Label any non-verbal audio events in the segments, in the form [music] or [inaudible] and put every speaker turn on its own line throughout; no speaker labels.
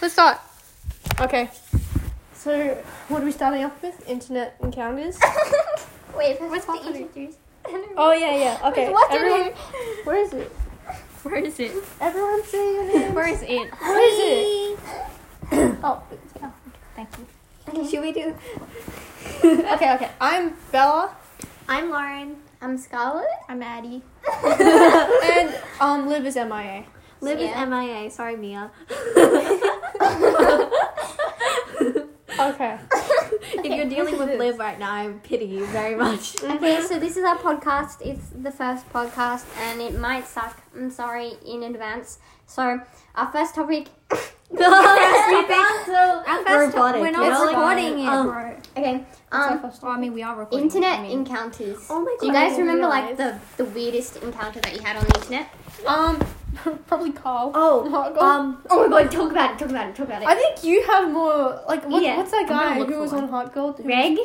Let's start. Okay. So, what are we starting off with? Internet encounters.
Wait, first
What's
to
happening?
[laughs] introduce.
Oh yeah, yeah. Okay.
What's
Everyone,
happening?
where is it?
Where is it?
Everyone say your name.
Where is
[laughs]
it?
Where is it?
Oh,
Thank you.
okay, should we do?
Okay, okay. I'm Bella,
I'm Lauren. I'm Scarlett.
[laughs]
I'm Addie.
and um, Liv is MIA.
Liv
is Yeah.
MIA. Sorry,
[laughs]
Mia.
Okay.
If you're dealing with Liv right now, I pity you
[laughs]
very much. [laughs]
Okay, so this is our podcast. It's the first podcast, and it might suck. I'm sorry in advance. So our
[coughs]
first topic. Our first
Robotic.
topic. We're
It's
not recording it.
Oh.
um,
okay. Um,
Well, I mean, we are recording.
internet
I mean-
encounters.
Oh my
Do you
God, I
guys
didn't
remember like the the weirdest encounter that you had on the internet?
Um, [laughs] probably Carl.
Oh,
Margot.
um, oh my god, talk about it, talk about it, talk about it.
I think you have more. Like, what,
Yeah,
what's that
I'm gonna
guy
look
who
for
was
one.
on Hot Gold? Who-
Greg,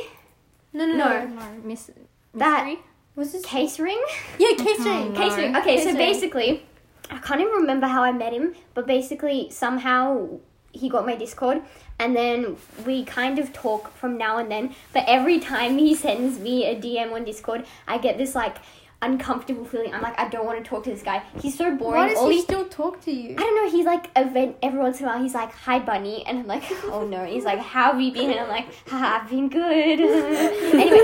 No, no,
No.
no.
No, miss.
That-
mystery?
Was this?
case ring,
Yeah, Case Ring.
no.
case ring. Okay,
Oh Case
so
ring.
basically, I can't even remember how I met him, but basically somehow he got my Discord, and then we kind of talk from now and then. But every time he sends me a DM on Discord, I get this like uncomfortable feeling. I'm like, I don't want to talk to this guy. He's so boring.
Why does
All
he
he
still talk to [laughs] you?
I don't know. He's like event every once in a while. He's like, "Hi, bunny," and I'm like, [laughs] "Oh no." He's like, "How have you been?" And I'm like, "Haha, I've been good." [laughs] anyway,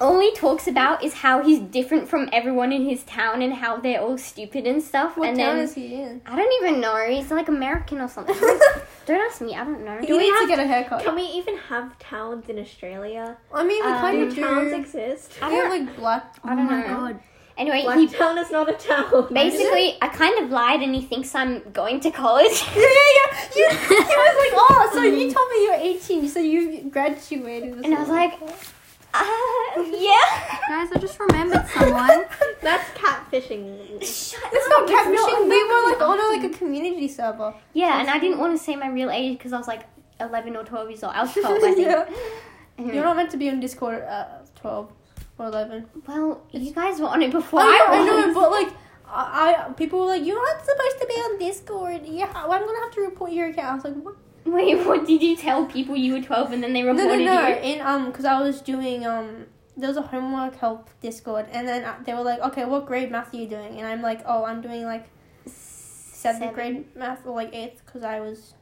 all he talks about is how he's different from everyone in his town and how they're all stupid and stuff.
What
and
town
then
is he in?
I don't even know. He's like American
[laughs]
or something. don't ask me. I don't know.
Do we need to get a haircut?
Can we even have towns in Australia?
I mean, we
um,
kind of
Do towns
do.
exist?
I don't like black.
I don't know. Anyway,
Black
he
town is not a town.
basically I kind of lied and he thinks I'm going to college.
[laughs] Yeah, yeah, yeah. You, he was like, oh, so you told me you were 18, so you graduated. or
[laughs] and I was
something." [laughs]
like, uh, yeah.
Guys, I just remembered
[laughs]
someone.
[laughs]
[laughs]
That's catfishing.
Shut
That's not catfishing.
not-
We were like on a, like a community server.
Yeah, and I didn't want to say my real age because I was like 11 or 12 years old. I was 12, I think.
[laughs] Yeah.
Anyway,
You're not meant to be on Discord at 12 or 11.
well, you guys were on it before
I,
I,
know, I
was.
know, but like, I, I people were like, you're not supposed to be on Discord. Yeah, well, I'm gonna have to report your account. I was like, what?
[laughs] Wait, what did you tell people you were 12 and then they
No,
reported
no, no.
you?
And um, because I was doing um, there was a homework help Discord, and then uh, they were like, okay, what grade math are you doing? And I'm like, oh, I'm doing like seventh
Seven.
grade math or like eighth because I was.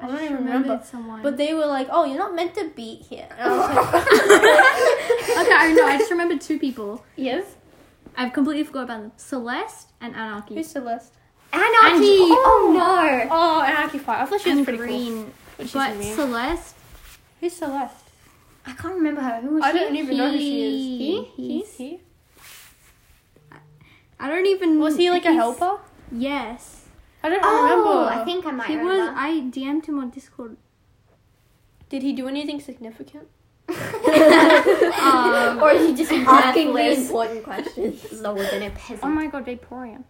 I,
I
don't
just
even
remembered
remember.
someone.
But they were like, oh, you're not meant to be here. And I was like,
[laughs]
[laughs]
okay, I know. I just remembered two people.
Yes.
I've completely forgot about them. Celeste and Anarchy.
who's Celeste?
Anarchy! oh, no!
Oh, Anarchy Fire. I thought she was
and
pretty cool.
Green.
But she's
But
immune.
Celeste,
Who's Celeste?
I can't remember her. Who was
I
she?
don't even know who she is.
He-
He's
he's-
he.
I don't even.
Was he like a
he's-
helper?
Yes.
I don't
Oh,
remember.
I think I might
He was.
remember.
I DM'd him on Discord.
Did he do anything significant?
Um,
[laughs] or is he just asking
really
this
important questions.
lower than a
oh
peasant?
my god, Vaporeon.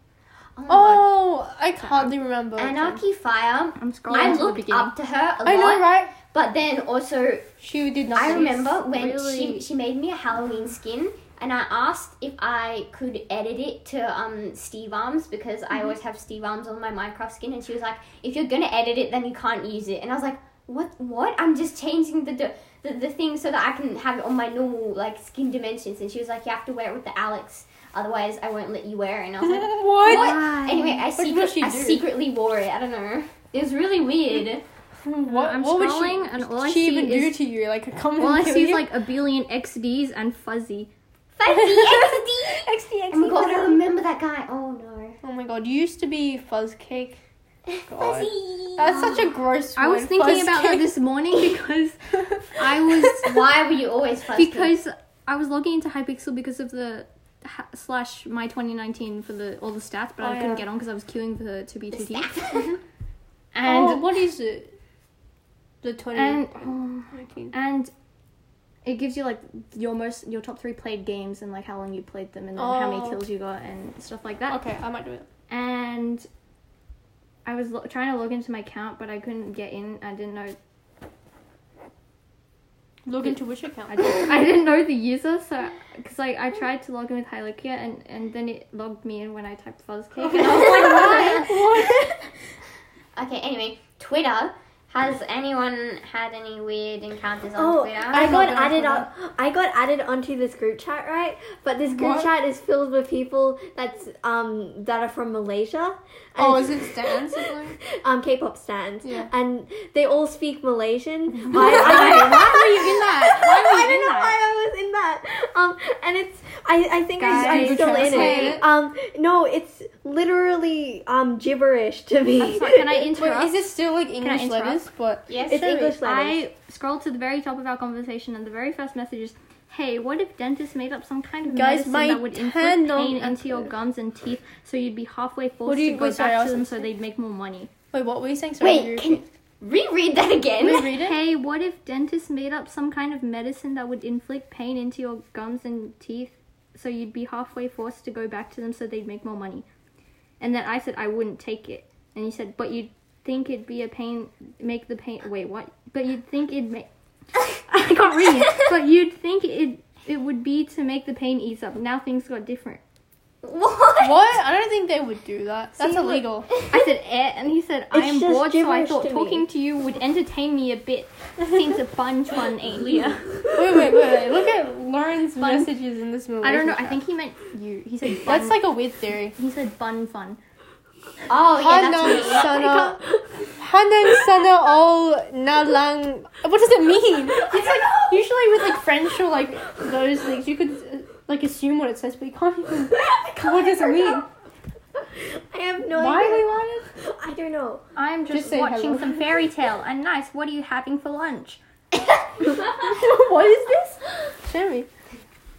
Oh, my God.
Oh, I hardly remember.
Anarchy Fire.
I'm scrolling
I
to the
looked
beginning.
up to her a
I
lot,
know, right?
but then also
She did nothing.
I remember when she,
really-
she made me a Halloween skin and I asked if I could edit it to um Steve Arms because
Mm-hmm.
I always have Steve Arms on my Minecraft skin and she was like, if you're gonna edit it then you can't use it and I was like, What what? I'm just changing the d- the, the thing so that I can have it on my normal like skin dimensions and she was like, You have to wear it with the Alex, otherwise I won't let you wear it and I was
[laughs]
like
what?
What?
Why?
Anyway, I,
did
secret-
she
I
do?
secretly wore it, I don't know. It was really weird.
What?
I'm
what would
scrolling
she,
and all I
she
see
even
is-
do to you? Like a comment.
All I see is like a billion XDs and fuzzy.
Fuzzy XD
XD,
Oh my god, I remember that guy. Oh no.
Oh my god, you used to be fuzz cake. God.
Fuzzy.
That's such a gross.
I was
word,
thinking
fuzz
about that
cake. [laughs]
this morning because I was
Why were you always fuzzy? [laughs]
because I was logging into Hypixel because of the ha- slash my 2019 for the all the stats, but
Oh,
I couldn't
yeah.
get on because I was queuing for the 2B2T.
[laughs] Oh,
[laughs] And
what is it? The twenty.
and
nineteen.
and it gives you like your most your top three played games and like how long you played them and then how many
Oh.
kills you got and stuff like that.
okay, I might do it.
And I was lo- trying to log into my account, but I couldn't get in. I didn't know
Log into which account?
I didn't, I didn't know the user, so because like I tried to log in with Hylokia and and then it
[laughs]
logged me in when I typed Fuzzcake. And I was like,
okay, anyway, Twitter. Has anyone had any weird encounters on
Oh,
Twitter?
I
not
got
gonna
added
follow.
up. I got added onto this group chat, right? But this group
What?
chat is filled with people that's um that are from Malaysia.
Oh,
And-
is it Stan sibling?
[laughs] um K-pop stands,
Yeah.
and they all speak
[laughs]
Malaysian. I, I,
Why were you in that?
[laughs]
Why were you
I don't
in
know
that?
why I was in that. Um, and it's I, I think I,
Guys,
I'm still in
translate it.
it. Um, no, it's literally um gibberish to me.
That's not- can I interrupt?
Wait, is it still like English
interrupt?
letters? But
yes,
[laughs] It's
sure.
English letters.
I scrolled to the very top of our conversation, and the very first message is, "Hey, what if dentists made up some kind of
Guys,
medicine
my
that would inflict
hand don't
pain into
[laughs]
your
activate."
gums and teeth, so you'd be halfway
What
forced
do you-
to go
wait, sorry, I
back
was
to them,
gonna
so
say-
they'd make more money."
wait, what were you saying? Sorry, you-
Wait, can reread that again?
reread it?
Hey, what if dentists made up some kind of medicine that would inflict pain into your gums and teeth, so you'd be halfway forced to go back to them, so they'd make more money? And then I said I wouldn't take it, and you said, but you'd think it'd be a pain, make the pain. Wait, what? But you'd think it'd make. [laughs] I can't read. but you'd think it it would be to make the pain ease up. Now things got different.
[laughs]
[laughs]
What?
What? I don't think they would do that. That's
See, look.
illegal.
I said eh, and he said I
It's
am
just
bored, so I
gibberish
thought
to me.
talking to you would entertain me a bit. Seems a bunch fun ain't you?
Wait, wait, wait, wait. Look at Lauren's
Bun-
messages in this movie.
I don't know. I think he meant you. He said bun.
that's like a weird theory.
he said bun fun.
Oh,
Hanan
yeah,
[laughs]
that's me.
sana, Hanan sana all nalang. What
[laughs]
does it mean? [laughs] It's like usually with like French or like those things, you could uh, like assume what it says, but you can't
[laughs]
even. What does it mean?
I have no
Why we
idea.
wanted?
I
[laughs]
don't know.
I'm
Just
just,
say
watching
hello.
some fairy tale. And nice. What are you having for lunch?
what is this? Sherry,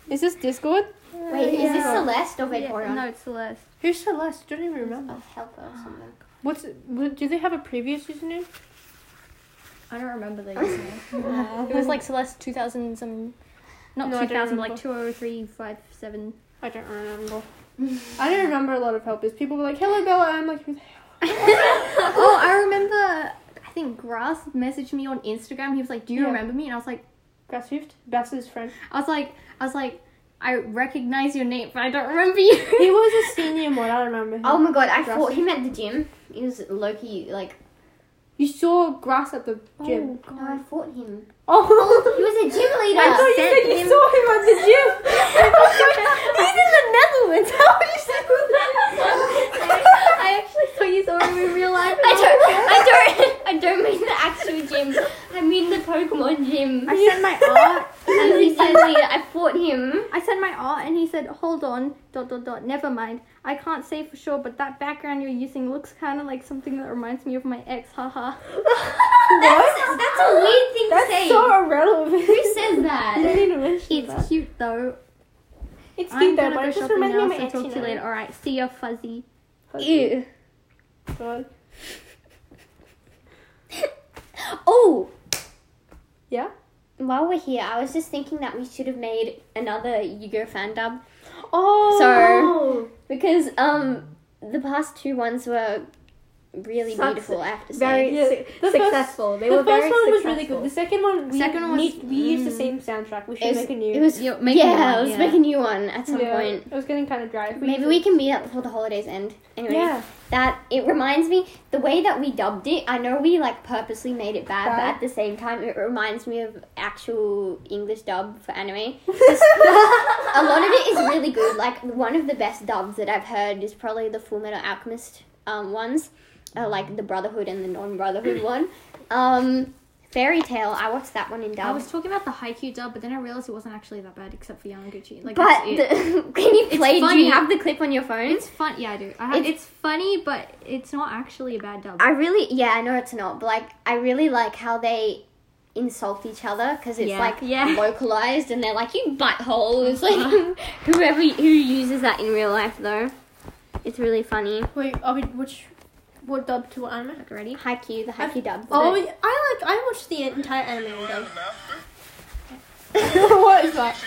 is this Discord?
Wait, is this
Yeah.
Celeste or
Yeah,
Victoria?
no, it's Celeste.
Who's Celeste? Don't even remember.
Oh, help her or something.
What's? What, do they have a previous username?
I don't remember the username. it was like Celeste 2000 some. Not
No, I don't
2000, like
remember.
20357.
I don't remember. I don't remember a lot of helpers. People were like, "Hello, Bella." I'm like, "Who the hell?"
oh, I remember. I think Grass messaged me on Instagram. He was like, "Do you
Yeah.
remember me?" And I was like,
Grasshoft? Bass's friend. [laughs]
"I was like, I was like, I recognize your name, but I don't remember you."
He was a senior mod. I remember him.
Oh my god, I
Grass.
thought him at the gym. He was Loki, like.
You saw grass at the
Oh
gym.
No, I
god.
fought him.
[laughs] Oh,
He was a gym leader.
I thought you said you saw him at the gym. He's in the Netherlands. How are you saying that?
I actually saw you saw him in real life.
I don't, [laughs] I don't, I don't mean the actual gym. I mean the Pokemon gym.
I
[laughs]
sent my art. [laughs]
And he said leader. I fought him.
I sent my art, and he said, "Hold on, dot dot dot. Never mind. I can't say for sure, but that background you're using looks kind of like something that reminds me of my ex. Haha.
That's, that's a weird thing
That's
to say.
so irrelevant. [laughs]
Who says that?
It's cute though.
It's
I'm
cute though,
gonna
but
go
it just
shopping
reminds me
now,
of
so
my
I'll
ex.
talk to you
you
later.
know.
All right, see ya, fuzzy.
Ew. God.
Oh,
Yeah.
while we're here, I was just thinking that we should have made another Yu-Gi-Oh fan dub
Oh.
So- because um the past two ones were really
Sucks.
beautiful. I have to say.
Very
Yeah,
su-
the first-
successful. they
the
were
first
very
one was
successful.
really good. The second one, mm. we
Second one was-
need- we used the same soundtrack. We should
It was,
make a new.
it was
Yeah,
yeah,
make a new one,
let's
yeah.
make a new one at some
yeah,
point.
It was getting kind of dry. If
Maybe
used
we
it-
can meet up before the holidays end. Anyway,
Yeah.
that it reminds me the way that we dubbed it. I know we like purposely made it bad, but
Bad.
at the same time, it reminds me of actual English dub for [laughs] anime. A lot of it is really good. Like one of the best dubs that I've heard is probably the Full Metal Alchemist um, ones, uh, like the Brotherhood and the Non Brotherhood [laughs] one. Um, Fairy Tale, I watched that one in dub.
I was talking about the Haikyuu dub, but then I realized it wasn't actually that bad, except for Yamaguchi. Like,
but
that's it.
the, [laughs] can you
It's
play? Do
funny.
you have the clip on your phone?
It's fun. Yeah, I do. I have, it's,
It's-
funny, but it's not actually a bad dub.
I really, yeah, I know it's not, but like, I really like how they insult each other because it's
Yeah.
like
[laughs]
Yeah.
localized and they're like, you butthole. It's like,
Uh-huh.
whoever [laughs] who uses that in real life though, it's really funny.
Wait, are we which? What dub to what anime?
Ready?
Haikyuu, the Haikyuu dub.
Oh, I like. I watched the entire anime dub.
What
what is that?
is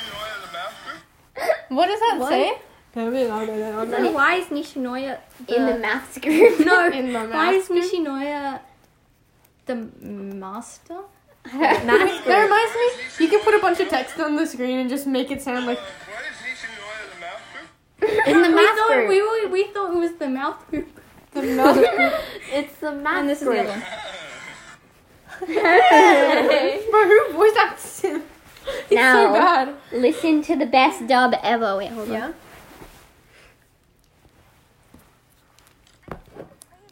What does that
What?
say?
So why is Nishinoya the,
in [laughs] the maths group. [laughs]
[laughs] no?
In the
why is
mask group?
Nishinoya the master?
[laughs]
Wait, that reminds me. You can put a bunch of text on the screen and just make it sound like.
Nietzsche Noel the Mouth Group?
[laughs]
in the
[laughs] we
math
thought
group.
we were, we thought it was the mouth group.
The mouth.
It's the math
And this is
group.
the other one.
Bro, who voiced that Sim? It's so
Now.
bad.
Listen to the best dub ever. Wait, hold
Yeah.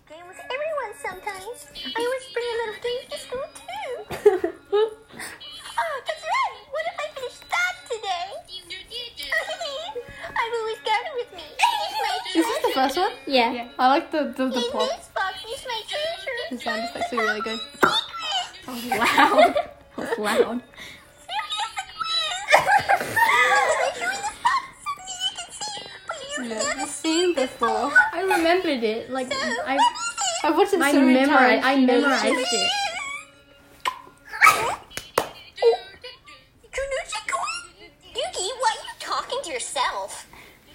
game with everyone sometimes. I always bring a little game to school too. oh, that's right. What if I finish that today? [laughs] I've always got it with me. Here's my
Is this the first one?
on. Yeah.
I like the the, the
In
pop.
this box is my treasure.
The sound effects are really good.
Secret. [laughs]
Loud. That's loud.
Here is the quiz. There's a treasure in this box. Something you can see, but you've never
Never seen before.
I remembered it. Like
seen.
I,
What is it?
I've watched it
I
so many
memorized.
times.
I memorized it.
Kunuchiko? Yuki, why are you talking to yourself?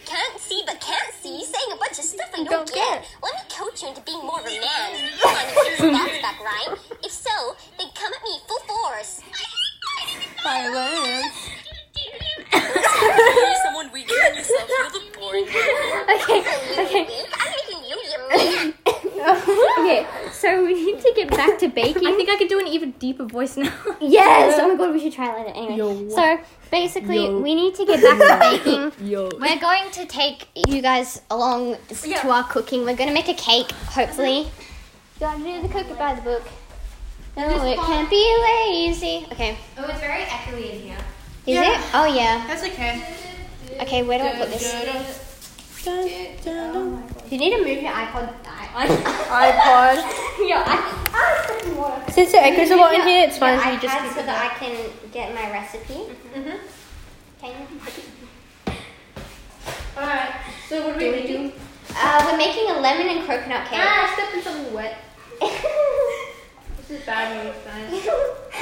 Can't see but can't see, saying a bunch of stuff I don't, get. Let me coach you into being more of a man. Come on, Yuki, that's back right. If so, then come at me full force.
Violence.
You're someone weaker than yourself. You're the boring
Okay. [laughs] I'm making you your man.
Okay, so we need to get back to
I
baking.
think I could do an even deeper voice now.
yes! Oh my god, we should try later. Anyway, so basically, we need to get back to baking. We're going to take you guys along s- to our cooking. We're going to make a cake, hopefully. Gotta do the cooking by the book. No, it can't be lazy. Okay.
Oh, it's very echoey in here.
Is it? Oh, yeah.
That's okay.
Okay, where do I put this? You need to move your iPod.
iPod.
yeah, I, I fucking water.
Since it echoes a lot in here, it's fine
Yeah,
if
I
you just
had
keep
so
it Mm-hmm.
that I can get my recipe. Can you?
Alright, so what do we do?
Uh, we're making a lemon and coconut cake.
I stepped in something wet.
[laughs]
This is bad news, guys.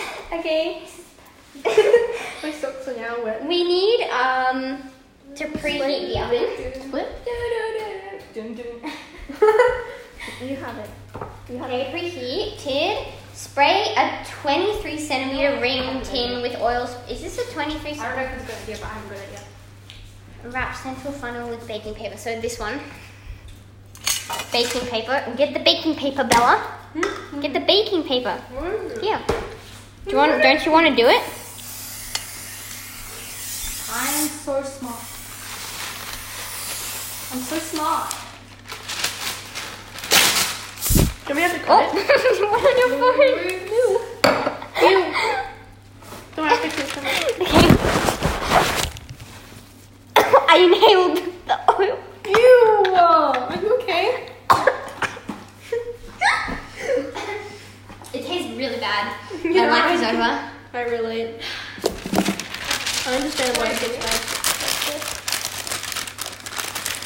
[laughs] okay.
[laughs] My socks are now wet.
we need um to preheat the oven. Split. [laughs]
Dun, dun.
You have it. You have okay, preheated. Spray a 23 centimeter ring tin with oil. Sp- Is this a 23
I don't know if it's good idea, but I haven't got it yet.
Wrap central funnel with baking paper. So this one, baking paper. Get the baking paper, Bella.
Hmm?
Get the baking paper. Yeah. Do you want? Don't you want to do it? [laughs]
I'm so smart. I'm so smart.
Do we have to cut
Oh, what on your phone?
it? Don't have to fix it.
Okay. I inhaled the oil.
Ew! Are you okay?
It tastes really bad. My life is over.
I relate. I understand why it's bad.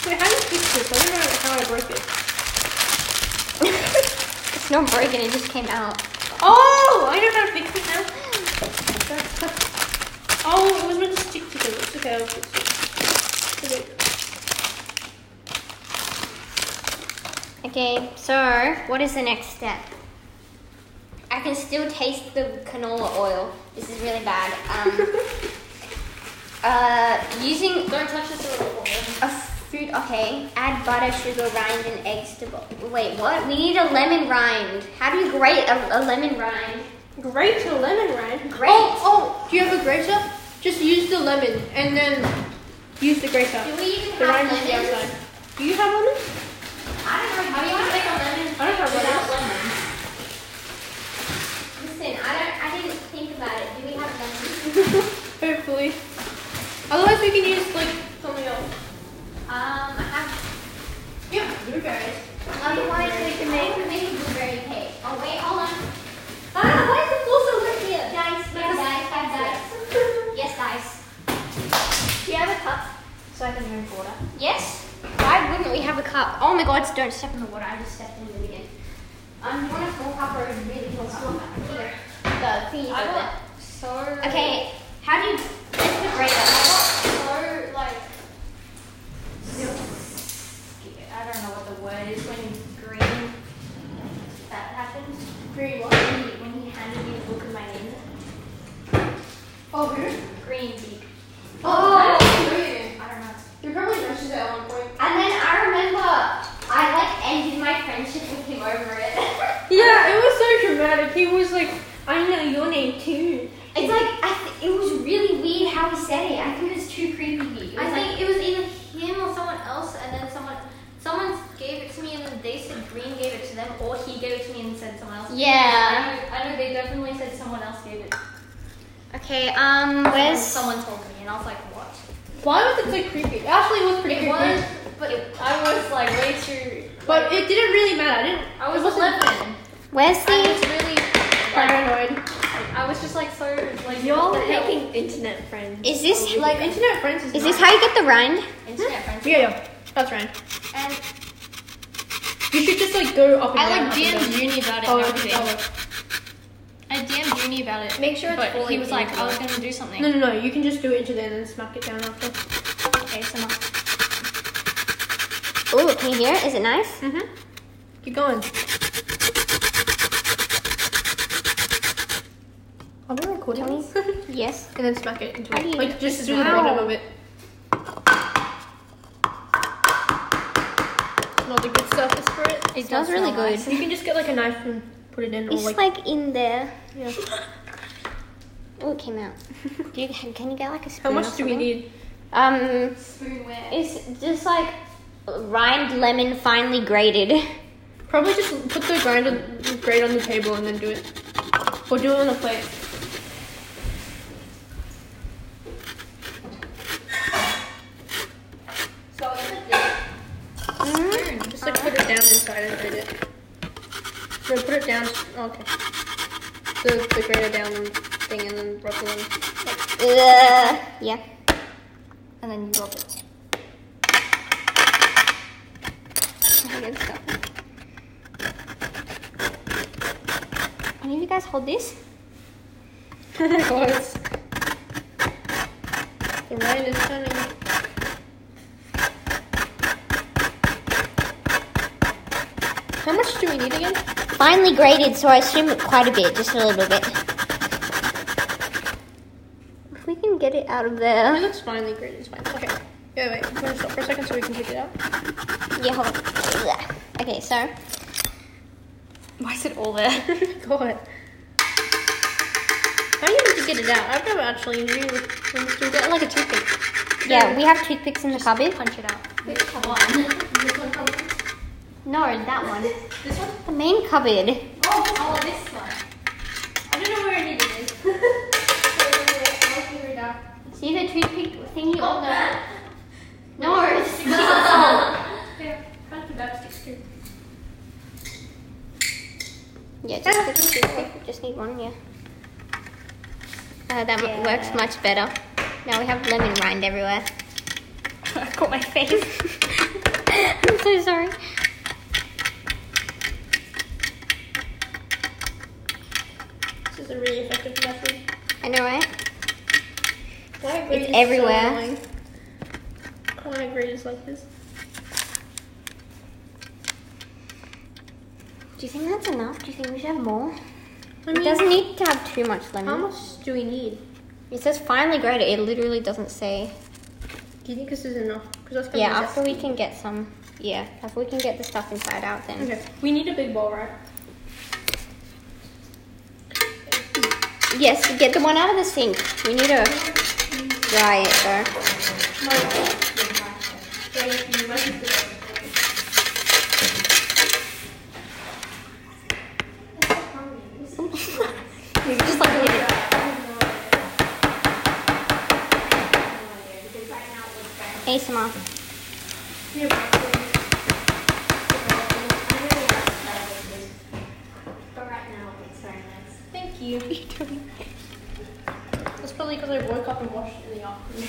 Wait, [laughs] how do you fix this? I don't know how I broke it.
It's not broken. It just came out.
Oh! I don't know how to fix it now. [laughs] Oh, it was meant to stick together. It's okay, I'll fix it. Okay.
Okay, so what is the next step? I can still taste the canola oil. This is really bad.
[laughs]
Um, uh, using
Don't touch this at all.
a food, okay. Add butter, sugar, rind, and eggs to bowl. Wait, what? We need a lemon rind. How do you grate a, a lemon rind?
Grate a lemon, right?
Grate.
Oh, oh, do you have a grater? Just use the lemon and then use the grater.
Do we even
The rind
have
is the
lemons?
outside. Do you have lemon?
I don't know how you want to make a lemon
I don't have
without
lemon.
lemon. Listen, I don't. I didn't think about it. Do we have lemon?
Hopefully. Otherwise, we can use like something else.
Um, I have.
Yeah, blueberries.
Otherwise, we can make maybe blueberry cake. Oh wait, hold on. Ah, why is the floor so wet here? Dice, dice, dice, dice, dice. yes, dice. Do you have a cup?
So I can drink water.
Yes. Why wouldn't we have a cup? Oh my God! Don't step in the water. I just stepped in it again. Um, you want a full cup or a really full cup? Either.
The thing.
I got
so.
Okay, how do you let's put right
So like. I don't know what the word is when green.
That happened
Green
when he, when he handed me the book of my name.
Oh, who?
Green deep.
Oh, green.
I don't know.
You probably mentioned it at one point.
And then I remember I like ended my friendship with him over it.
Yeah, it was so dramatic. He was like, I know your name too.
It's like I th- it was really weird how he said it. I think it was too creepy. It was
I
like,
think it was either him or someone else, and then someone someone gave it to me, and then they said Green gave it to them, or he gave it to me and said someone else.
yeah.
I know, I know they definitely said someone else gave it.
Okay. Um.
And
Where's
someone told me, and I was like, what?
Why was it so creepy? Actually, it was pretty
[laughs] It
creepy.
was, but it, I was like way too.
But it didn't really matter. I didn't.
I was
it wasn't-
11.
Where's
I
the
was really. Like,
Paranoid.
I was just like so like.
Y'all
what
are
the hell?
making internet friends.
is this
Like internet friends is.
is this how you get the rind?
internet friends.
Yeah, yeah. That's right.
And
You should just like go up and
I
down.
like
up and down.
DM'd Uni about it
Oh,
and everything.
oh.
I DM'd Uni about it.
Make sure it's
But he
fully
was like, I was
intact.
gonna do something.
No, no, no. You can just do it into there and then smack it down after.
Okay, so not.
Ooh, can you hear it? Is it nice?
Mhm. Keep going. Are we recording this? [laughs]
Yes.
and then smack it into
How do
it.
you-
Like just do the
Wow.
bottom of it. Not a good surface for it.
It smells really good.
You can just get like a knife and put it in, or
It's
Oh, like,
like, in there. Oh, it came out. [laughs] Do you, can you get like a spoon?
how
or
much do we
something?
need?
Um, it's just like rind lemon finely grated. [laughs]
Probably just put the grinder grate on the table and then do it, or do it on the plate. Mm-hmm. Just like put it down inside and grate it. No, put it down. oh, okay. The, the grater down thing and then rub it in.
Ugh. Yeah.
And then you drop it.
Can you guys hold this?
Close. The rain is turning. How much do we need again?
Finely grated, so I assume quite a bit, just a little bit. If we can get it out of
It
there.
looks finely grated. It's fine. Okay. Yeah, wait. I'm gonna stop for a second so we can pick it up.
Yeah, hold on. Ugh. Okay, so.
Why is it all [laughs] there? God. How do you need to get it out? I've never actually knew. when to do that like a toothpick.
Yeah, we have toothpicks in the cupboard.
Punch it out.
No, that one. This one? The main
Oh,
cupboard.
I don't know where I need it is. [laughs]
See the toothpick thingy
Oh,
on the.
[laughs]
No, it's- Yeah, just, just, just need one, yeah. Uh, that m works much better. Now we have lemon
[laughs]
rind everywhere. I caught my face. [laughs] I'm so sorry.
This is a really effective method.
I know, right?
Why
It's everywhere.
Why grade is like this?
Do you think that's enough? Do you think we should have more?
I
It
mean,
doesn't need to have too much
how
lemon.
much do we need?
It says finely grated. It literally doesn't say.
Do you think this is enough? Because that's gonna
Yeah,
be
after we can get some. Yeah, after we can get the stuff inside out, then.
Okay, we need a big bowl, right?
Yes, get the one out of the sink. We need to dry it though.
You can just like leave it.
ASMR.
Thank you. That's probably because I woke up and washed it in the afternoon.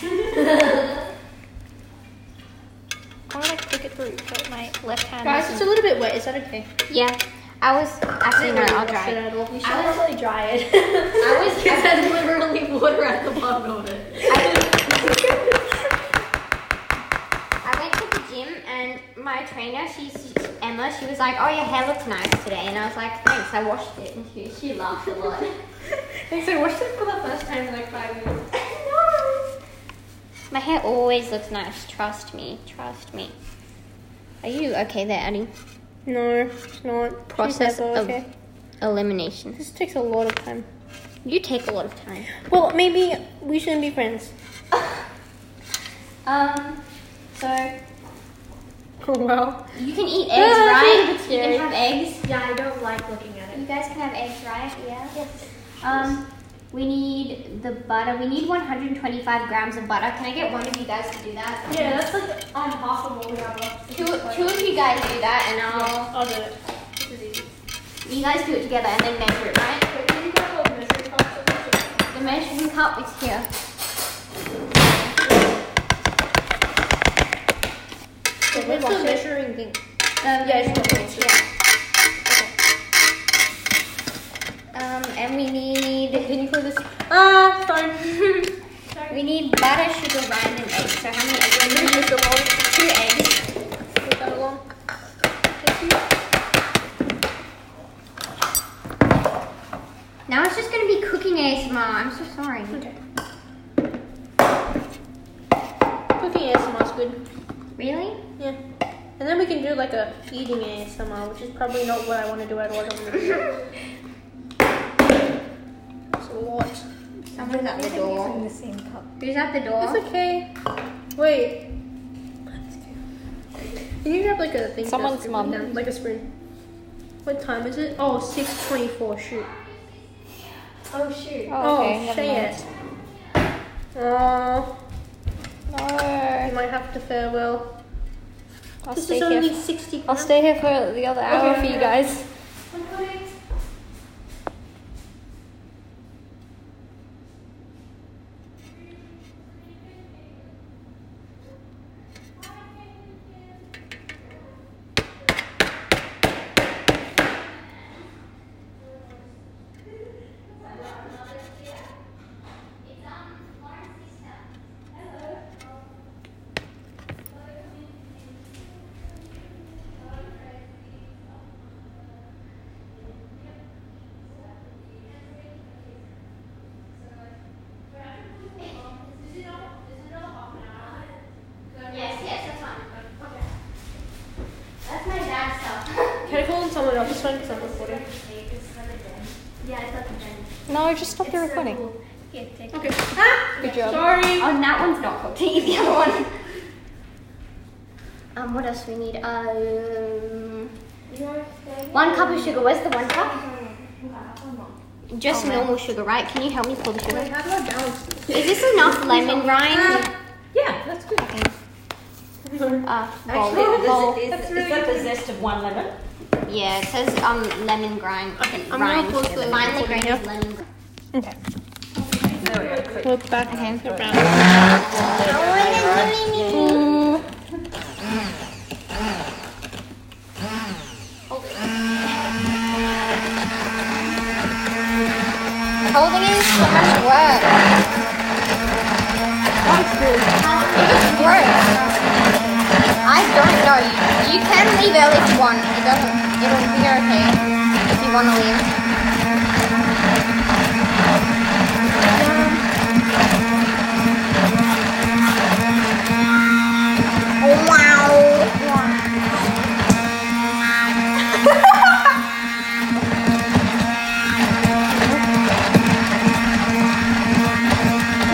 I want to like click it through, but my left hand.
Guys, it's a little bit wet. Is that okay?
Yeah, I was actually no, I'll dry. it.
You should
I
probably dry it.
[laughs] I
[laughs]
was
literally water at the bottom of it.
I went to the gym and my trainer, she's she's Emma, she was like, Oh, your hair looks nice today. And I was like, Thanks, I washed it. And she, she laughed a [laughs] lot.
Thanks, I washed it for the first time in like five
[laughs]
years.
my hair always looks nice, trust me, trust me. Are you okay there, Addie?
No, it's not.
Process
She's never
of-
okay.
elimination.
This takes a lot of time.
You take a lot of time.
Well, maybe we shouldn't be friends.
[laughs]
Um, so
Oh, Wow.
you can [laughs] eat eggs,
Yeah, that's a
right?
bit
You
scary.
can have eggs.
Yeah, I don't like looking at
You guys can have eggs, right? Yeah. Yes. Um, we need the butter. We need 125 grams of butter. Can I get one of you guys to do that?
Yeah, that's like on half of what we have left.
Two, two of you guys do that, and I'll.
I'll do it. oh, This is easy.
You guys do it together, and then measure it, right?
Wait, can you grab a measuring cup?
The measuring cup is here.
What's the measuring thing?
Um,
Yeah, it's not much.
Um, and we need.
Can you call this? Ah,
[laughs]
fine.
We need butter, sugar, lime, and eggs. So how many eggs? We need the Two eggs.
Put that along.
Now it's just gonna be cooking ASMR. I'm so sorry.
[laughs]
Cooking ASMR's good.
Really?
Yeah. And then we can do like a eating ASMR, which is probably not what I want to do at
[laughs]
all. I don't wanna do that. It's a lot.
Someone's at the door. Who's at the
It's
door?
okay. Wait. Can you grab like a thing? Someone's mom. Like a spoon. What time is it? Oh, 6.24, shoot.
Oh shoot.
Oh, shit. Oh,
No.
you might have to farewell.
I'll
this
stay
is
here.
only
f-
60
I'll stay here for the other hour for you guys.
Can I call on someone else's phone because I'm recording?
No, just stop the recording.
Okay.
Good job.
Sorry.
Oh, that one's not cooked. Eat the other one. Um, what else we need? Um, one cup of sugar. Where's the one cup? Just normal sugar, right? Can you help me pull the sugar?
How do I balance this?
Is this enough lemon rind?
Yeah, that's good.
Uh,
Actually,
bowl- bowl.
this is, is, is that the zest of one lemon?
Yeah, it says um lemon grime. Okay,
I'm gonna
rind.
close the
Find the grain
recording
of lemon. gri-
We're back
Oh,
around.
Holding is so much work. It's gross. I don't know. You can leave early if you want. It doesn't. It'll be okay if you want to leave.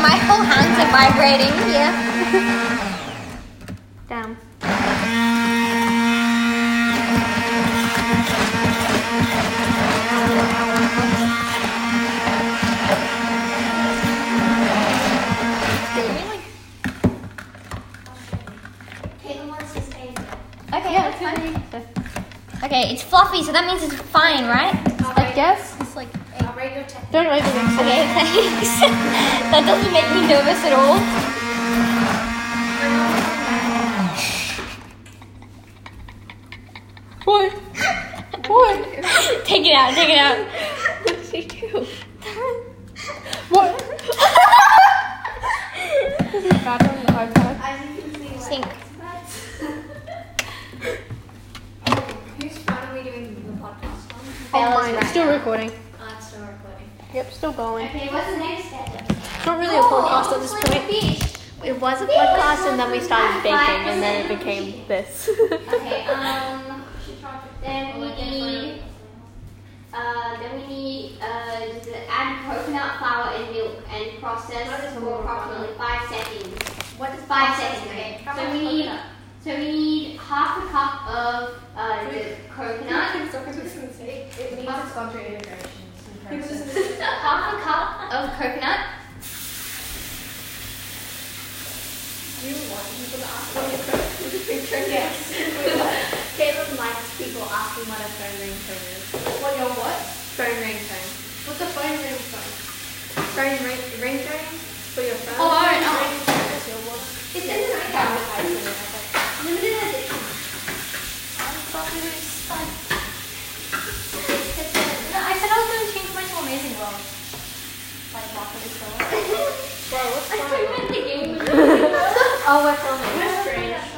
My whole hands are vibrating. Yeah.
Damn.
Okay, that's Okay, it's fluffy, so that means it's fine, right? I guess. It's like
Don't overthink.
okay, [laughs] thanks. that doesn't make me nervous at all.
What? What?
[laughs] take it out, take it out.
What?
Sink.
Whose phone are we doing the podcast on?
Oh, mine. It's still recording.
Ah, it's still recording.
Yep, still going.
Okay, what's the next step?
It's not really a podcast at this point.
It was a podcast, and then we started baking, and then it became this.
Okay, um, then we need Uh, then we need uh, to add coconut flour and milk and process for approximately five seconds. What is five seconds? Okay. So we need so we need half a cup of uh, the coconut. [laughs] half a cup of coconut.
Caleb likes people asking what a phone ringtone is. What your what? Phone ringtone. What's a phone ringtone? Phone ring ringtone for your phone.
Oh, alright,
Phone
alright.
ringtone is your what? It's in the Limited edition.
No, I said I was gonna change mine to Amazing World. Like back of the show.
[laughs]
oh, we're filming.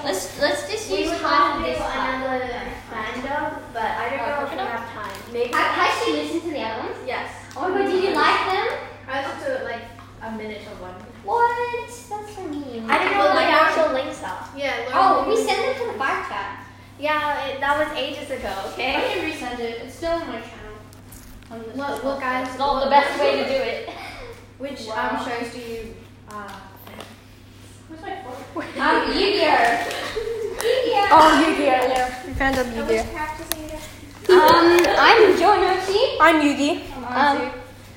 Let's let's just
We
use
would
half of
have to do
this. part.
another fandom, but I don't know if we have time. Maybe.
Have, has she listened to the other ones?
Yes.
Oh my god, did you like them?
I listened to like a minute of one.
What? That's so mean.
I don't know what
Like,
the
our-
actual links are. Yeah.
Oh, we send them to the back chat.
Yeah, it, that was ages ago. Okay.
I can resend it. It's still on my channel. On the-
Well, well, guys,
It's not the best way to do it.
[laughs] Which
Wow.
um, shows do you? Uh,
Um, Yu-Gi-Oh. Yu-Gi-Oh.
Oh, Yu-Gi-Oh! Yeah, we found out Yu-Gi-Oh.
Um, I'm Jonoshi.
I'm Yugi.
Um,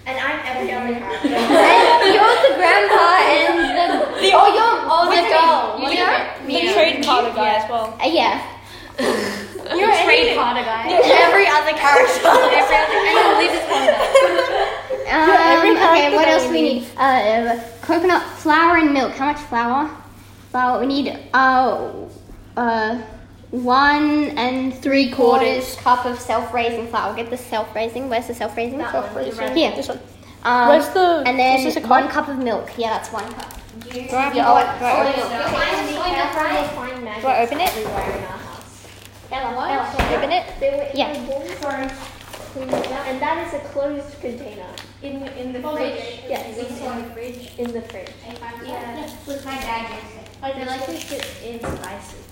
and I'm every other
[laughs]
character.
and you're the grandpa and the the oh you're oh the girl.
You
You're
The trade card guy as well.
uh, yeah.
You're a trade card guy.
Every other character.
Um, okay, what else do we need? Uh, coconut flour and milk. How much flour? Flour. We need uh, uh, one and three quarters cup of self-raising flour. Get the self-raising. Where's the self-raising? Self-raising. Here, this one. Um,
Where's the-
And then
is this a
one cup of milk. Yeah, that's one cup.
Do I, have to-
Yeah, oh,
do, I,
soy milk.
do I open it?
Ella, Ella, open it.
They were in
Yeah.
a bowl and that is a closed container. In the in the fridge. Yes, it's in the fridge. In the fridge.
Yeah, with my dad yesterday.
I like to put in spices.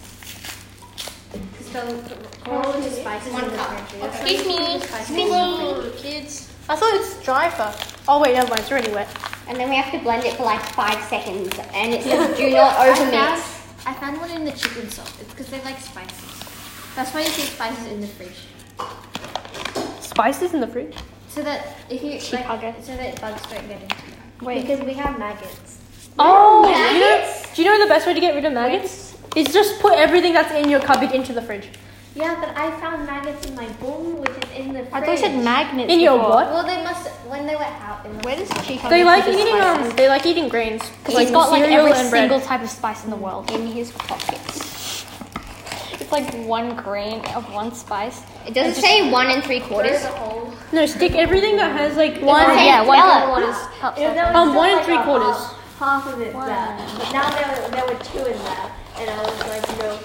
So, all the spices in the fridge. yes.
Excuse me.
Whoa, kids. I thought it's dry first. Oh wait, never mind. It's already wet.
And then we have to blend it for like five seconds, and it says [laughs] do not overmix.
I found one in the chicken sauce. It's because they like spices. That's why you keep spices in the fridge.
Spices in the fridge.
So that if you
Cheap hugger.
so that bugs don't get into it.
Wait.
Because we have maggots.
Oh, you know, do you know the best way to get rid of maggots? Is just put everything that's in your cupboard into the fridge.
Yeah, but I found maggots in my bowl, which is in the fridge.
I thought you said magnets.
In your
before.
what?
Well, they must when they were out. It must
Where does chicken?
They like eating um, they like eating grains.
Because he's got like
cereal
every
and bread.
single type of spice in the world in his pockets. It's like one grain of one spice.
It doesn't say one and three quarters.
No, stick everything that has like one.
Say
yeah, one
Ella.
Yeah, there was
Um,
still
one and
like
three
a
quarters.
Half, half of it there. But now there were, there were two in there, and I was like, no.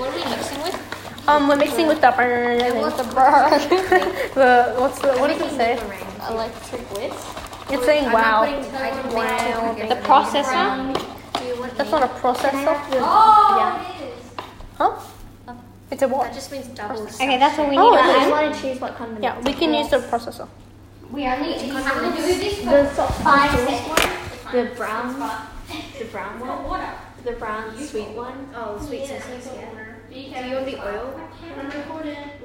What are we mixing with?
Um, we're mixing with the burn.
What's the burr?
[laughs] the what's the what does it say?
Electric whisk.
It's saying wow.
The processor.
That's not a processor,
Oh, yeah.
huh? It's a what?
just means double.
Okay, that's what we need.
Oh,
But I
it is.
want to choose what combination.
yeah. We can use the processor.
We only we have to do this for
The so-
five
the
seconds.
one, the brown, the brown one, the brown sweet one. Oh, sweet yeah. sauce. Yeah. Do you want the oil?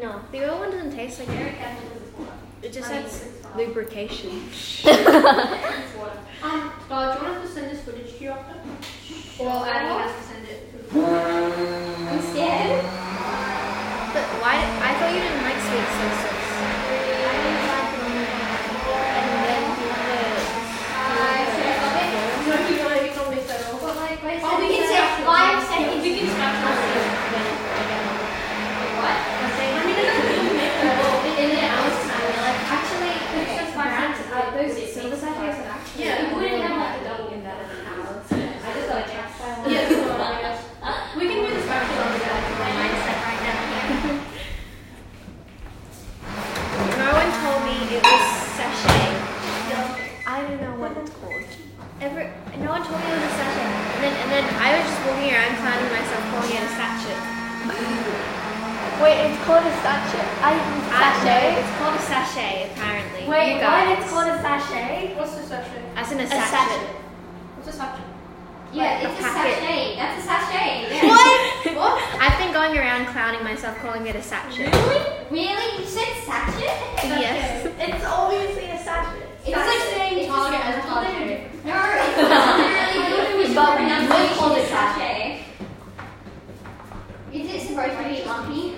No, the oil one doesn't taste like it. It just has lubrication.
Um, Dad, do you want us to send this footage to you after? Well, Abby has to send it.
I'm scared.
But why? I thought you didn't like sweet sauces.
Oh, we can say five seconds. We can
No one told me it was sachet. I don't know what it's called. Every, no one told me it was a sachet. And then, and then I was just walking around finding myself calling it a sachet. Wait, it's called a sachet. I
sachet?
know it's called a sachet apparently.
Wait,
you
why
guys.
it's called a sachet? What's a sachet?
As in a
A
sachet.
sachet. What's a sachet?
Yeah, it's a sachet.
That's a sachet.
What? I've been going around clowning myself, calling it a sachet.
Really? Really? You said sachet?
Yes.
It's obviously a sachet. It's like saying target as target. No,
But
we call it
sachet. Is it supposed to be lumpy?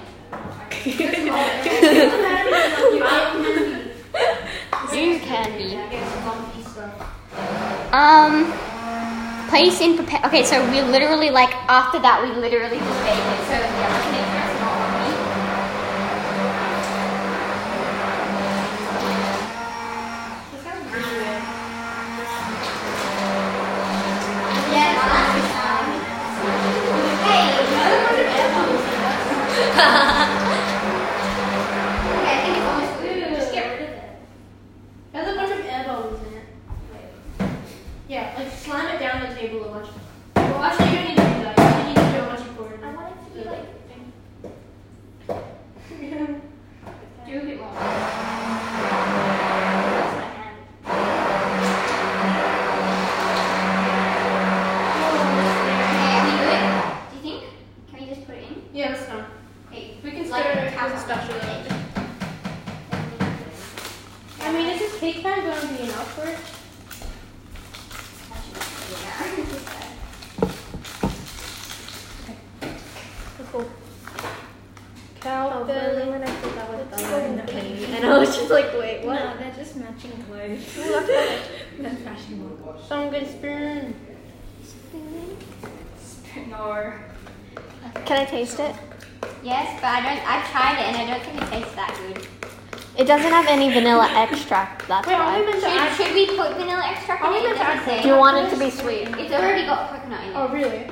Zoom candy. Um, place in prepare. Okay, so we literally like after that we literally just bake it. So yeah, we can make it as not lumpy.
There's a bunch of air bubbles in it. Yeah, like slam it down on the table a bunch. Well, actually, you don't need to do that. You need to do a bunch of pouring. I want it to be [laughs] like. Do a bit more. Yeah, that's fine. We can stir it with a spatula. I mean, is this cake pan going to be enough for it?
Oh, really? When I did that with the
so
lemon
pretty.
and I was just like, wait, what?
No,
they're just matching clothes.
Someone get a spoon.
No.
Can I taste it?
Yes, but I don't. I tried it and I don't think it tastes that good.
It doesn't have any vanilla extract. That's
Wait, are we meant to
Should,
add?
should we put vanilla extract
Are
in
we
it?
meant to
Does it
add
say?
Do you want it to be sweet?
It's already got coconut in it.
Oh, really?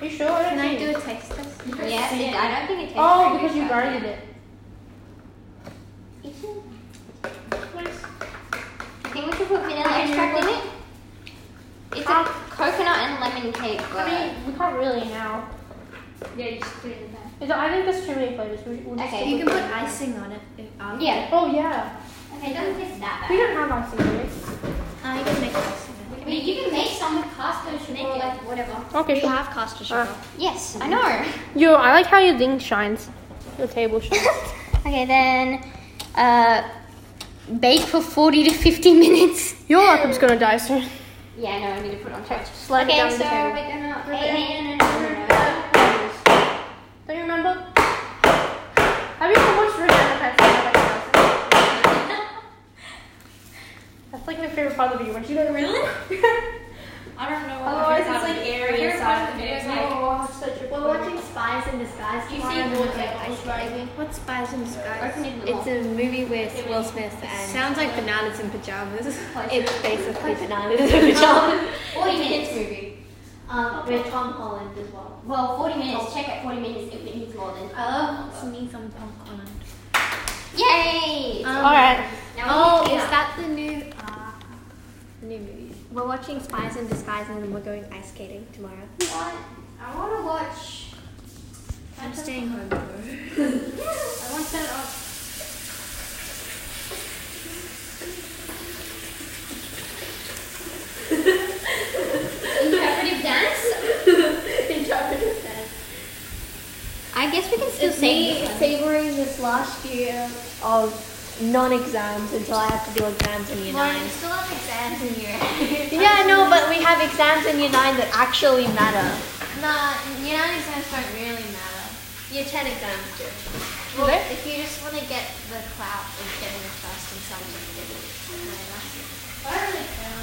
Are you sure? I don't
Can I
think-
do a taste test?
Yes, it, I don't think it tastes
Oh,
very
because
good,
you
but-
guarded it.
You think we should put vanilla extract in it? It's a coconut and lemon cake, but
I mean, we can't really now.
yeah, you just put it in there.
Is- I think there's too many flavors. We- We'll just
Okay.
stick
You
with-
can put icing on it. If um,
Yeah.
Oh, yeah.
Okay, it doesn't taste that
We
bad.
don't have icing, do we?
Uh, you can make icing. on
I mean, you can make some with pasta sugar or like whatever.
it.
Okay,
You have caster sugar.
Yes, I know.
Yo, I like how your thing shines. Your
[laughs]
table shines.
okay, then uh, bake for 40 to 50 minutes.
Your laptop's gonna die soon.
Yeah, no, I need to put it on charge.
Slide it
okay,
down
so
the table.
we're gonna. Hey, hey, no, no, no, no, no.
Don't you remember? Have you ever watched Rick and Morty? That's like my favorite part of the video. When she goes, really?
I don't know.
Otherwise, it's like airy inside the video.
We're watching Spies in Disguise.
you see
tomorrow, and
Bojack
I- What's Spies in Disguise?
It's
a movie with Will Smith and. Sounds like bananas in [laughs] pajamas. it's basically bananas in pajamas.
40 minutes movie.
um, with Tom Holland as well.
Well, 40 minutes. Check at 40 minutes if it needs more than.
Um, Sneeze on Tom Holland. Um,
Yay!
Alright.
Now
Oh,
we need to
is
get up.
that the new uh, new movie? We're watching Spies in Disguise and then we're going ice skating tomorrow.
What? I want to watch.
I'm staying home though.
I want to turn it off. Interpretive dance? Interpretive dance. I guess we can still save this one.
savoring this last year of non-exams until I have to do exams in year
Lauren, we still have exams in here.
Yeah, no, but we have exams in year nine that actually matter.
Nah, year 9 exams don't really matter.
Year ten exams do.
Well, if you just want to get the clout of getting the first in something, then that's it.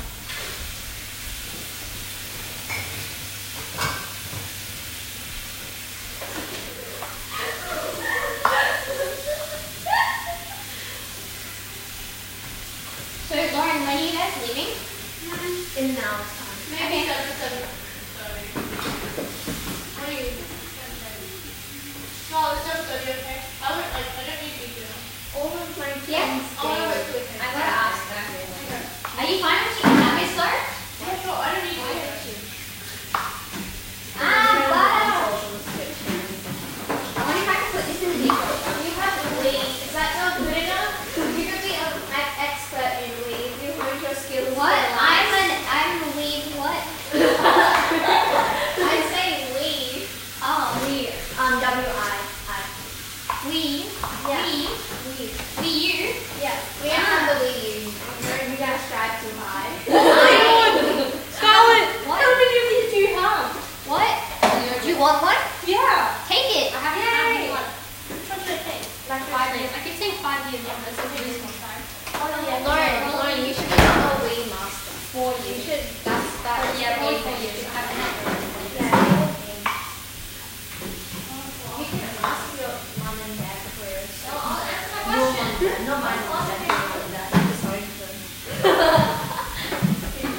So, Lauren, when are you guys leaving?
In an hour's time.
Maybe okay. Yes.
Oh,
I gotta ask them. Are you fine with chicken nuggets, Lauren? Ah, wow. I wonder if I can put this in the deep
oh, um,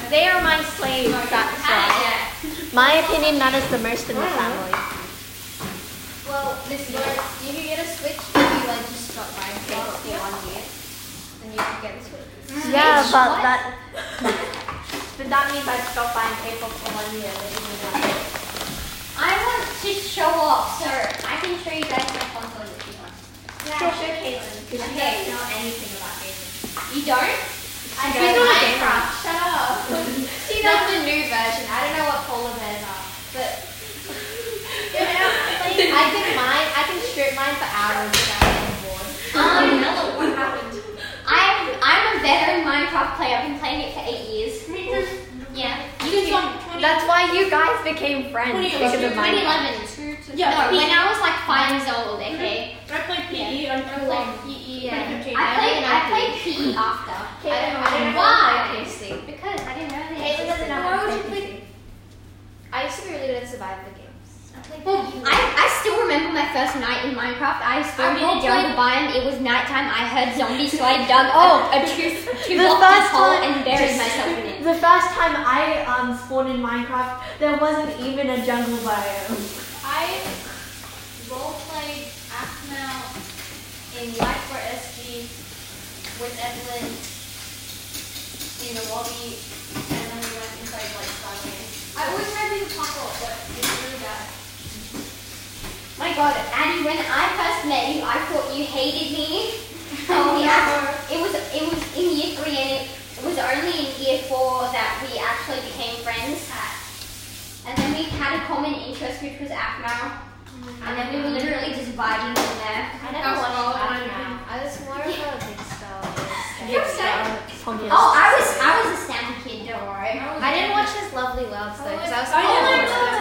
They are my slaves, that's why. My opinion matters the most in the family.
Well, this year, if you get a Switch, if you like just stop buying games for one year, then you can get a Switch.
Yeah,
Switch?
but
What?
that.
But that means I stopped buying K-pop for one year.
I want to show off, so I can show you guys my consoles if you want.
Yeah, sure, sure, Caitlin. Because
Okay.
you don't know anything about gaming.
You don't?
I
She's not a
don't know
gamer.
Minecraft. Shut up. she knows the new version. I don't know what polar bears are, but you know, like, I can mine. I can strip mine for hours without getting bored.
Um,
know what Oh, happened.
I'm I'm a veteran Minecraft player. I've been playing it for eight years. Yeah. You can join
That's why you guys became friends because of Minecraft.
2011.
Yeah,
no,
like
when
PE.
I was like five years old,
I
okay.
E played PE until like PE.
Yeah. I played I played PE after. I don't,
Caitlin, I don't
know
know
why.
how to play PC.
Because I didn't know that.
Caitlin doesn't know how to
Why would you
play PC. I used to be really good at surviving the games. I played
Well, I, I still remember my first night in Minecraft. I
I
stormed
mean,
in a
it's
jungle biome. It was nighttime. I heard zombies, so I dug oh a two two
The
block
first
hole
time-
and buried
just-
myself in it.
The first time I um, spawned in Minecraft, there wasn't even a jungle biome.
I role played Akmal in Life for SG with Evelyn in the lobby, and then we went and played like five games. I always try to do the combo, but it's really bad.
My God, Annie, when I first met you, I thought you hated me.
[laughs] Oh,
we
no.
act- it was it was in year three, and it, it was only in year four that we actually became friends. And then we had a common interest, which was Akmal. And then we were literally just vibing from there.
I never watched Akmal. I was more of a big star.
You're so- Oh, I was I was a Sam kid, don't worry.
I didn't watch his Lovely Worlds though, because I was
Oh my
bored.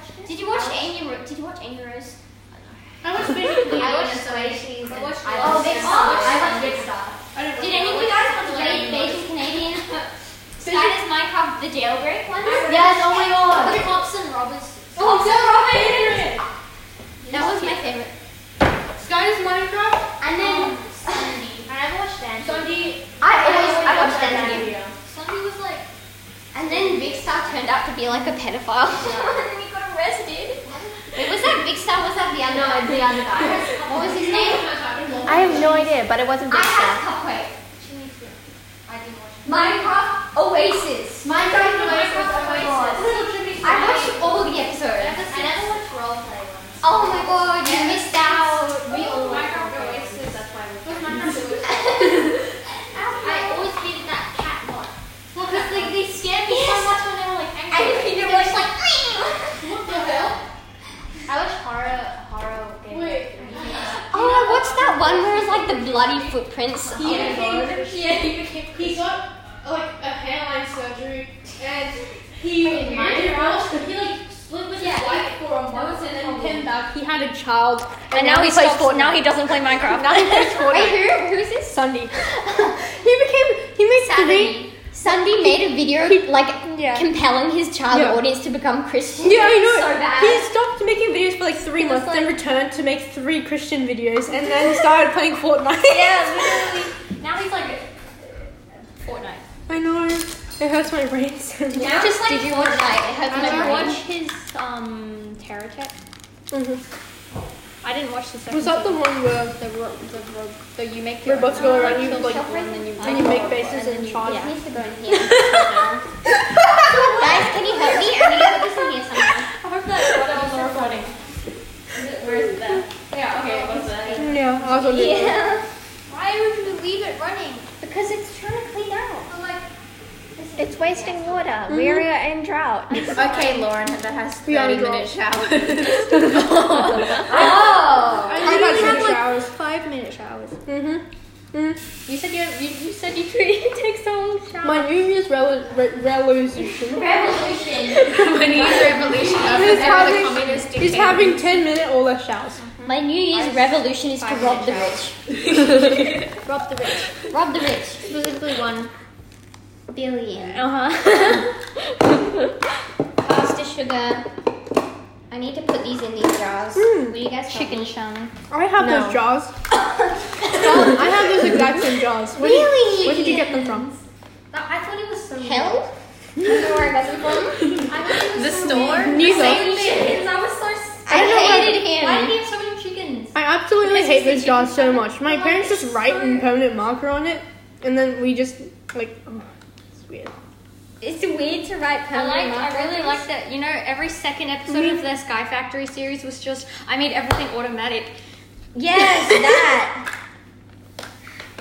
God. Did you watch Angry Ro- Did you watch Angry Rose?
I was basically.
I watched
Swayze.
I watched
I
Love
watched Big
Big Star.
Star. I
I watched
watched
Big Star.
Did any of you guys watch Ba- Beijing Canadian? Status Minecraft the jailbreak one?
Yes, oh my god.
The cops-
and robbers.
Oh, so Robin! That was my favorite. Oh.
Sky's Minecraft.
And then
I never watched Dandy. Sunday.
I always I watched that video.
Sunday was like.
And then Big Star turned out to be like a pedophile. [laughs] and then he got [laughs] arrested. Wait, was that Big Star? Was that the other guy?
the other
[laughs]
guy.
What was his name?
I have no idea, but it wasn't
I
Big
had
Star.
Cupquake.
I didn't watch
Minecraft Oasis.
Minecraft
Oasis.
Oasis.
I watched all the episodes.
I never watched roleplay ones.
Oh my god, you missed out.
We all Minecraft Oasis, that's why we I always hated that cat one. Well, because like, they scared me so much when they were like
I
angry.
didn't
They were
watch like.
What the hell? I watched horror horror games. Wait.
Oh, I watched that one where it's like the bloody footprints. Oh my god.
Yeah, he became. [laughs] He got like a hairline surgery, and he
Wait, Minecraft?
He like split with
Yeah.
his wife for a month, and then came back. He had a child,
And, now he plays Fortnite. Now he doesn't play Minecraft. now he plays
Wait,
Fortnite.
who? Who's this?
Sunday. he became. He made three.
Sunday. Sunday made a video like
Yeah.
compelling his child
Yeah.
audience to become Christian.
Yeah, I know.
So bad.
He stopped making videos for like three months, then returned to make three Christian videos, and then started playing
[laughs]
Fortnite.
now he's like Fortnite.
I know. It hurts my brain so much.
Now just like, did you watch like it hurts
Did
my
you
brain.
watch his um terror check?
Mm-hmm.
Mhm.
I didn't watch the second.
Was that the one where
the ro- the ro- so you make
we're
your
about to go around you
kill
like
someone and you
and you make faces and charge?
It needs to go in here. Guys,
[laughs]
can you help me? I need to put this in here somewhere.
Yeah, okay, what's that?
Yeah, I was wondering.
Yeah.
Why would you leave it running?
Because it's trying to clean out.
But like,
It's wasting water. We're in
[laughs]
drought.
Okay, Lauren, that has
Mm-hmm. We are
30
[laughs]
minute shower.
Oh.
I literally have like hours.
Five minute showers.
Mhm.
You said you, you, you
[laughs]
said you treated takes a whole shower.
My New Year's relo- re- [laughs] resolution
Revolution.
when you use revolution,
He's
after the
having-
communist
is having ten minute or less showers.
My New Year's revolution is to rob the rich.
Rob the rich.
Rob the rich.
Specifically one.
Billion.
Uh huh.
Pasta sugar.
I need to put these in these jars. Will you guys help
Chicken
me?
shung.
I have those jars. Oh, [laughs] I have those exact same jars. Where Did,
Really?
where did you get them from?
I thought it was some
Hell? I don't know where I got them from.
I thought it was
The
so
store?
weird.
Neither.
Same chickens. I was so. s-
I hated
Why did
him.
he have so many chickens?
I absolutely
Because
hate
you
those
said
jars
you
so
didn't
much. My
like
parents just write in
it.
permanent marker on it, and then we just like. Oh, it's weird.
It's weird to write
I
permanent Mm-hmm.
like. I really like
markers.
that. You know, every second episode of the Sky Factory series was just I made everything automatic. [laughs]
Yes, that.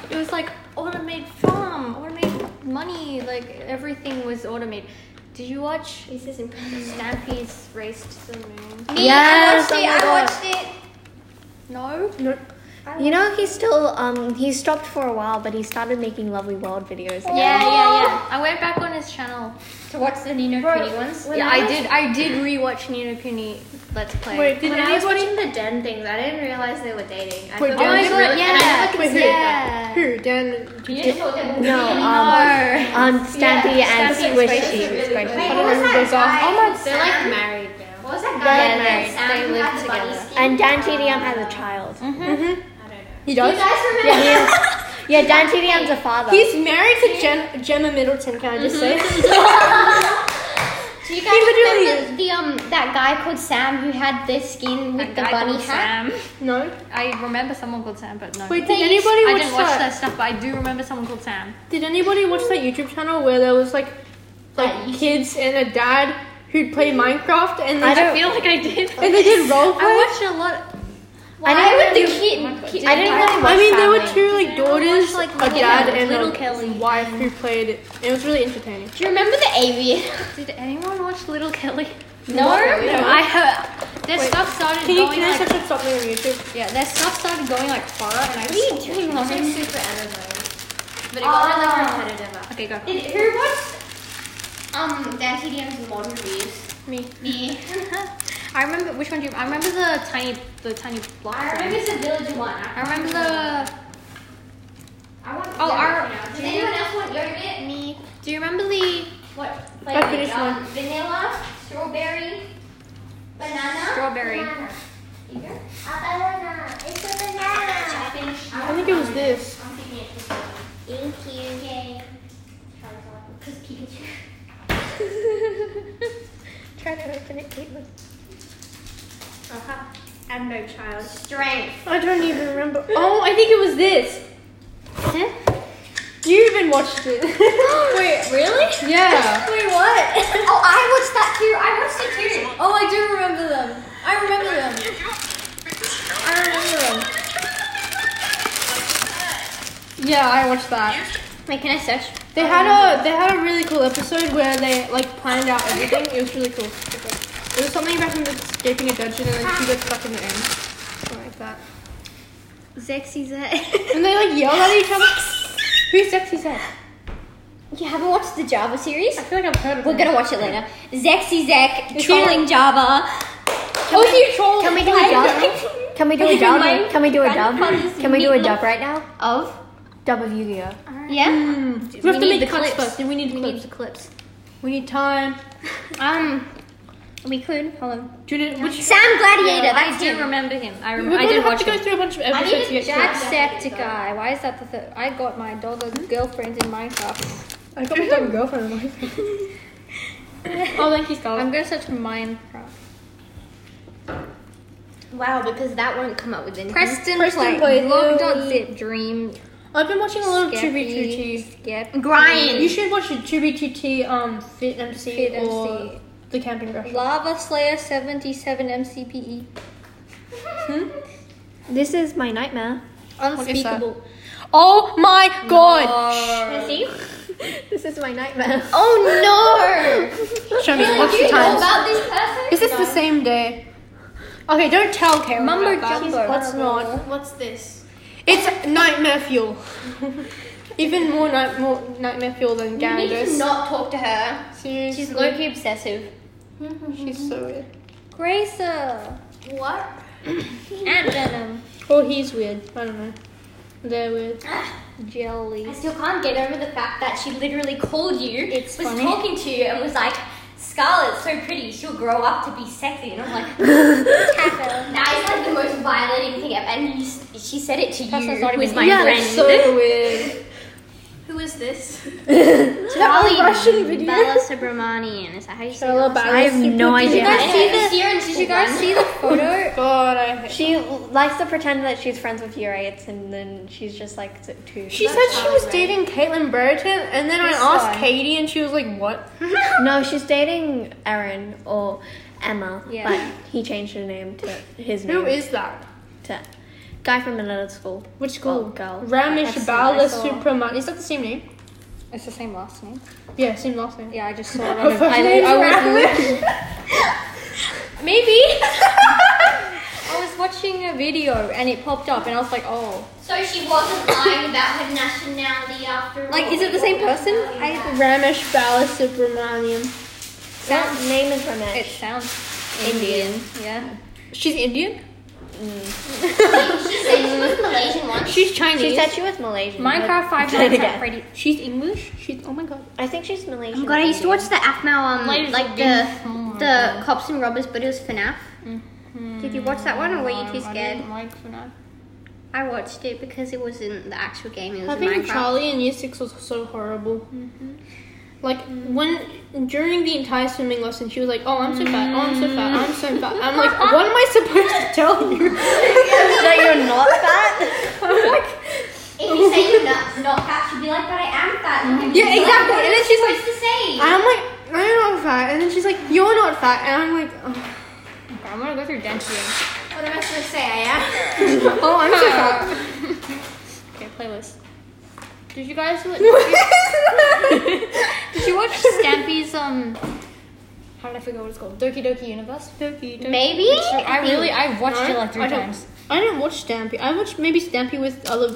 It was like automated farm, automated money. Like everything was automated. Did you watch
This is impressive.
Stampy's Race to the Moon?
Me,
Yes,
I
oh my
watched it. I
God.
watched it.
No,
No.
You know, he still um he stopped for a while, but he started making lovely world videos. again.
Yeah, yeah, yeah. I went back on his channel.
To watch the Nino
Bro,
Kuni ones.
yeah, I, did. I did rewatch Nino Kuni Let's Play.
Wait, did
When I was
anybody?
watching the Den things, I didn't realize they were dating. I
Wait,
thought
Dan-
they
Oh my
were
God,
really- and I never
Wait, who?
considered that.
Who? Dan?
You didn't tell them.
No,
No.
um, um Stampy and Squishy.
Stampy and Squishy.
I
Squishy.
don't remember those are.
Oh my, they're like married now.
What was that guy?
They're
that
married.
Sam
They
who
live
had the bunny
together.
skin?
And Dan TDM has a child.
He
You
does.
guys remember?
Yeah, [laughs] he is. yeah, Dan TDM's a father.
He's married to Jen- Gemma Middleton. Can I just [laughs] say?
Do you guys
literally
remember the um that guy called Sam who had the skin with the
Guy
bunny
called
hat?
Sam.
No.
I remember someone called Sam, but no.
Wait, did anybody
I
watch
didn't watch
that?
that stuff, but I do remember someone called Sam.
Did anybody watch that YouTube channel where there was like, like kids and a dad who'd play Minecraft and
I
they,
don't-
I feel like I did.
and they did role play?
I watched a lot.
I didn't
Why would
really-
the kid? kid
I didn't really watch
I mean, there were two
family.
like daughters,
like,
a
Little-
dad, and
Little
a
Kelly.
wife who played it. It was really entertaining.
do you remember the avian?
Did anyone watch Little Kelly?
No.
I heard their stuff started
Can you
going
can I
like
search up something on YouTube?
yeah, their stuff started going like far, and I
What are you doing, Lauren?
Super anime. But it
Ah.
wasn't like repetitive. after.
okay go.
Did who watched um Dan TDM's modern
Hmm?
reviews?
Me.
Me.
[laughs] I remember which one do you? I remember the tiny the tiny block.
I remember it's a village one. I,
I remember the.
I want.
Oh, our-
Does anyone else want yogurt?
Me. Do you remember the
What?
I finished
um,
mine.
Vanilla, strawberry, banana.
strawberry?
Here. A banana. It's a banana. I finished.
I think it was this.
I'm thinking it was Thank you. Yay. Because Pikachu.
Try to open it, Caitlin.
And no child.
Strength.
I don't even remember. Oh, I think it was this. You even watched it.
Wait, really?
[laughs]
yeah.
Wait, what? oh, I watched that too. I watched it too.
Oh, I do remember them. I remember them. I remember them.
Yeah, I watched that.
Wait, can I search?
They had a they had a really cool episode where they like planned out everything. It was really cool. It was something about him escaping a dungeon and then she got stuck in the end. Something like that.
Zexy
And they like yelled at each other.
[laughs]
Who's sexy sex?
You haven't watched the Java series?
I feel like I've heard of
We're
it.
gonna watch it later. Zexy Zek,
Is
trolling Java.
Oh, so you troll.
Can we do a dub? Can we
[laughs]
do a dub?
My
Can we do a dub?
grandfather's
Can we do a
meatloaf.
dub right now?
Of?
Dub of Yu-Gi-Oh.
Yeah?
We have to
need
make
the
cuts
clips.
first. Then we need
We
clips.
need the clips.
We need time.
Um, we could. Hold on.
Do you need, which
Sam Gladiator.
I
that's
do
him.
remember him. I
we're
remember.
gonna
I did
have
watch
to go
him.
through a bunch of
I
episodes to
need a
get
Jack
to.
Jacksepticeye. Why is that the third? I got my dog a girlfriend in Minecraft.
I got my dumb girlfriend. like-
[laughs]
oh, thank you, Scarlett.
I'm gonna search Minecraft.
Wow, because that won't come up with anything.
Preston,
Preston Play,
Preston play. Vlog
Louie.
dot zip dream.
I've been watching a lot of Chibi
Skeppy.
Tutti.
Skep.
You
Grind.
should watch the Chibi Tutti um, Fit MC
Fit
or
MC.
The Camping Rush.
Lava Slayer 77 MCPE.
This is my nightmare.
Unspeakable.
Oh my god!
Gosh.
[laughs] See?
This is my nightmare.
Oh
[laughs]
no!
Show me, what's the time?
About this person?
Is this the same day? Okay, don't tell Karen.
Mumbo jumbo.
Let's not.
What's this?
It's nightmare
[laughs]
fuel. Even more, night- more nightmare fuel than
You need to
Gyarados.
not talk to her.
Seriously.
She's low key obsessive.
She's [laughs] so weird.
Gracer.
What?
Ant Venom.
Or Oh, he's weird. I don't know. They're weird.
Jelly.
I still can't get over the fact that she literally called you,
It's
was
funny.
talking to you, and was like,
Scarlet's so pretty, she'll grow up to be sexy. And I'm like, what's happened? That is like the most violating thing ever. And you, s- she said it to you, who is my
Yeah,
friend.
that's so weird.
Who is this?
Charlie Russian video.
Bala Subramanian. Is that how you say
Charla
it?
Bala I have no Subramanian. idea.
Did you guys see
Did
the?
you guys see the- did you guys see the photo?
God, I hate
She likes to pretend that she's friends with Urites, and then she's just like t- too.
She said she was dating Caitlyn Brereton, and then I
Who's
asked
that?
Katie, and she was like, "What?"
[laughs] no, she's dating Erin or Emma.
Yeah.
But he changed her name to his name.
Who is that?
To guy from another school.
Which school?
girl.
Ramesh
That's-
Bala
I saw-
Subramanian. Is that the same name?
It's the same last name.
Yeah, same last name.
Yeah, I
[laughs]
just saw
Her
it.
first name's Ramesh.
Maybe. [laughs] I was watching a video and it popped up, and I was like, oh.
So she wasn't lying about her nationality after all.
Like, is it the same person?
I Ramesh Bala Subramanian.
Sound name is Ramesh.
It sounds
Indian.
Yeah.
She's Indian.
She said she was Malaysian once.
She's Chinese.
She said she was Malaysian. but-
Minecraft Five Nights
[laughs]
at
Yeah.
Freddy.
She's English. She's oh my god.
I think she's Malaysian.
Oh my god, I used to watch the AFMAU, um,
Malaysian
like the the cops and robbers, but it was FNAF. Did you watch that one, or were you too scared?
like for now.
I watched it because it wasn't the actual game; it was
I
Minecraft.
think Charlie in Year Six was so horrible. Like when during the entire swimming lesson, she was like, "Oh, I'm so fat. Oh, I'm so fat. I'm so fat." I'm like, "What am I supposed to tell you?"
that you're not fat.
I'm like,
If you say you're not, not fat, she'd be like, "But I am fat." And
Yeah, exactly. And then she's like,
"What's to say?"
I'm like, "I'm not fat," and then she's like, "You're not fat," and I'm like, "Oh,
I'm gonna go through dentistry.
what am I supposed to say? I am.
oh, I'm so fat." [laughs]
Okay, playlist.
Did you guys? Look- [laughs]
Did you watch Stampy's um? How did I forget what it's called? Doki Doki Universe.
Maybe.
Oh, I really I've watched
No,
it like three
I don't-
times.
I don't watch Stampy. I watch maybe Stampy with other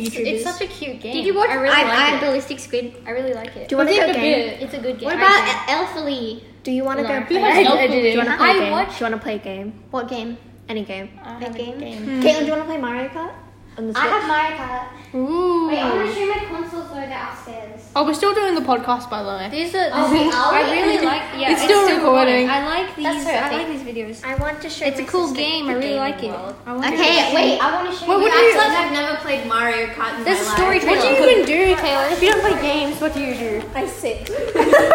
YouTubers.
It's such a cute game.
Did you watch?
I really like it.
Ballistic Squid. I really like it.
Do you want to
think
go
a
game?
bit.
It's a good game.
What
What
about
about Elfily?
Do you want to go?
Lauren.
Play?
Who has
I,
no
I do. Do you want to play a
I
game?
watched-
Do you want to play a game?
What game?
Any game.
I have a
game. Hmm.
game.
Caitlin, do you want to play Mario Kart? On the
I
Switch?
have Mario Kart.
Ooh.
Wait, I'm gonna show you my consoles though. They're upstairs.
Oh, we're still doing the podcast, by the way.
These are.
Oh,
this
wait,
is-
are
I
we?
really like. Yeah,
It's still recording.
I like these.
That's
I like
perfect.
these videos.
I want to show.
It's a
my
cool
sister
game.
the
I really
gaming
like it.
world.
I want
Okay, wait. I want to show
Wait,
you.
what do
guys.
you-
Like,
I've never played Mario Kart in
There's a
my
story
life.
What do
trailer.
you even do, Kayla? If you don't play games, what do you do?
I sit.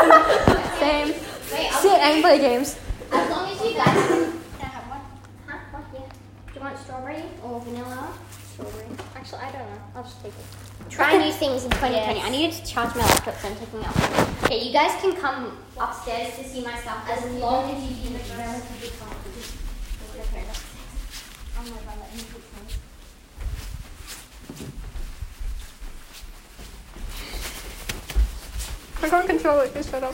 Same.
wait, I
Sit and play games.
As long as you guys can can I have one. Huh? What? Yeah. Do you want strawberry or vanilla? Strawberry. Actually, I don't know. I'll just take it. Try new things in 2020. I needed to charge my laptop, so I'm taking it off. Okay, you guys can come upstairs to see my stuff as long as you keep it relatively comfortable. Okay, that's- I'm gonna run it in the kitchen.
I can't control it. Just shut up.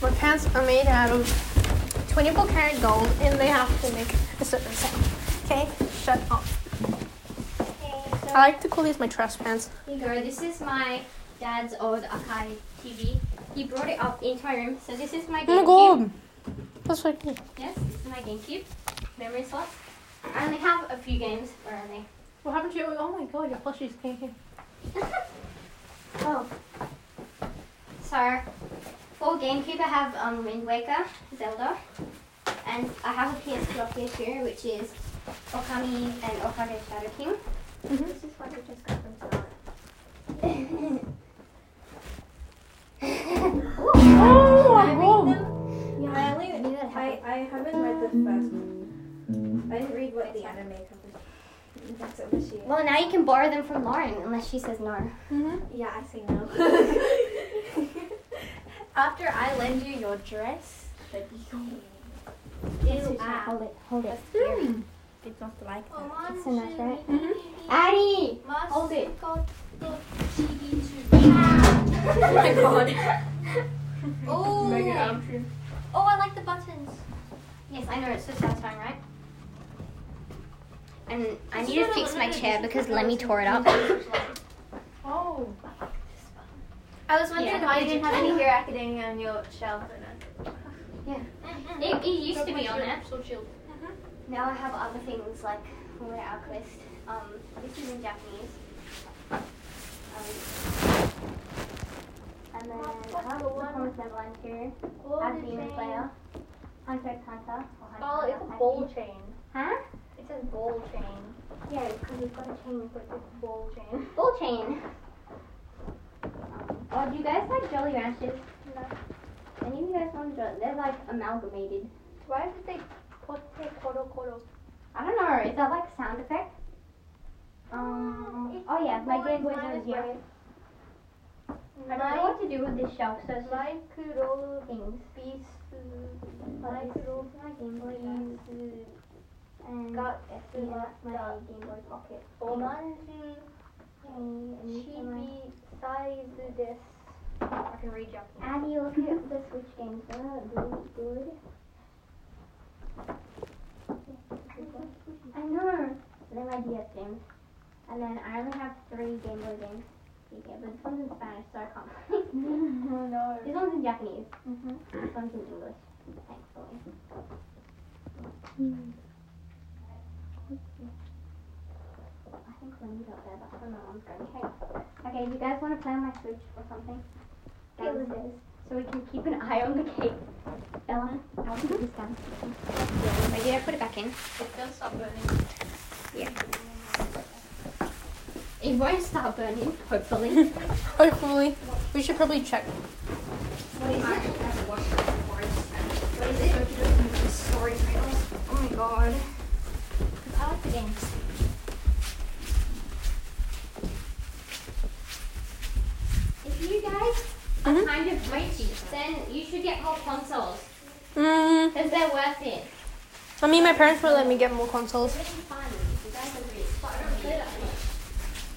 My pants are made out of 24 karat gold, and they have to make a certain sound. Okay, shut up.
Okay, so
I like to call these my trash pants.
Here you go. This is my dad's old Akai TV. He brought it up into my room. So this is my
Oh my
GameCube.
god, that's so cute.
Yes, this is my GameCube. Memory slot. I only have a few games. Where are they?
What happened to you? Oh my god, your plushies came here.
[laughs] Oh. So, for GameCube, I have um, Wind Waker, Zelda, and I have a PS2 or PS2, which is Okami and Okage Shadow King. This is what I just got from Scarlet.
Oh my god.
yeah, I only knew that happened.
I haven't read the first one. I didn't read what the anime covered. That's over to you.
Well, now you can borrow them from Lauren unless she says no.
Yeah, I say no. After I lend you your dress, that'd be cool.
Ew, hold it, hold it.
It's not like that.
It's so nice, right? Addie! Hold it.
Oh my god.
Oh. oh, I like the buttons. Yes, I know, it's so satisfying, right? And I need to fix my chair because Lemmy tore it up.
Oh.
I was
wondering
wondering
Yeah.
why you didn't have any Hero Academia on your shelf.
It, it used to be on there. Now I have other things like Hore Alchemist. Um, this is in Japanese. Um, and then I have a one
Pokemon Deadline 2. I've been a player. Hunter x Hunter. or Hunter
Oh,
x
it's a
Hunter.
ball chain.
Huh?
It says ball chain.
Yeah, because we've got a chain, so it's just ball chain.
Ball chain.
Oh, do you guys like Jolly Ranchers? No. Any of you guys want Jolly? They're like amalgamated. Why did they put say Koro Koro? I don't know. Is that like sound effect? Um. Oh yeah, my Game Boy is here. I don't know what to do with this shelf, so it's my could all things. Beast. My could all my Game Boy is. And got yeah, my Game Boy Pocket. Omanju. Chibi size this.
I can read Japanese.
Abby, look at the Switch games. They're really good. I know. They're my DS games. And then I only have three Game Boy games. Yeah, but this one's in Spanish, so I can't [laughs]
[laughs]
play. no. This one's in Japanese. Mm-hmm. This one's in English, thankfully. I think Lindy's up there. That's where my mom's going. Okay. Okay, do you guys want to play on my Switch or something? That was it. So we can keep an eye on the cake. Bella, I'll put this down. Wait, did I put it back in? It's gonna stop burning. Yeah. It won't start burning, [laughs] hopefully.
Hopefully. We should probably check.
What is it? What is it? Story titles. Oh my god. I like the games. If you guys are kind of rich, then you should get whole consoles.
Mm,
Because they're worth it.
I mean, my parents won't let me get more consoles.
It's really fun if you guys are rich. But I don't play that much.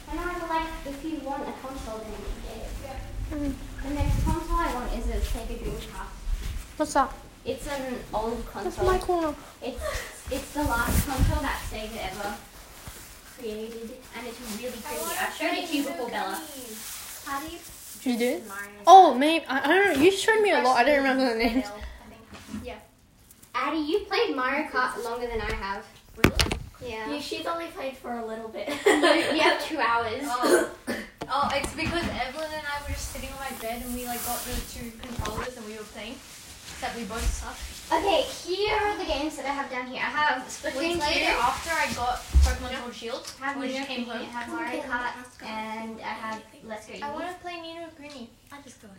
And I'm like, if you want a console, then you should get it. The next console I want is a Sega Dreamcast.
What's that?
It's an old console.
That's my corner.
It's it's the last console that Sega ever created, and it's really pretty. I've showed it to you before, Bella.
How do you
You do? Oh, maybe. I, I don't know. You showed me a lot. I don't remember the names.
Yeah. Addie, you played Mario Kart longer than I have. Yeah.
You, she's only played for a little bit.
[laughs] you
[laughs]
have two hours.
Oh. Oh, it's because Evelyn and I were just sitting on my bed and we like got the two controllers and we were playing. Except we both suck.
Okay, here are the games that I have down here. I have
We
Um, Splatoon 2.
played it after I got Pokemon Gold Shield.
I have
when she
Nino
came
Kuni, I
home.
have Mario Kart, and I have Let's Go
I want
Eevee.
to play Nino Grinny. I just got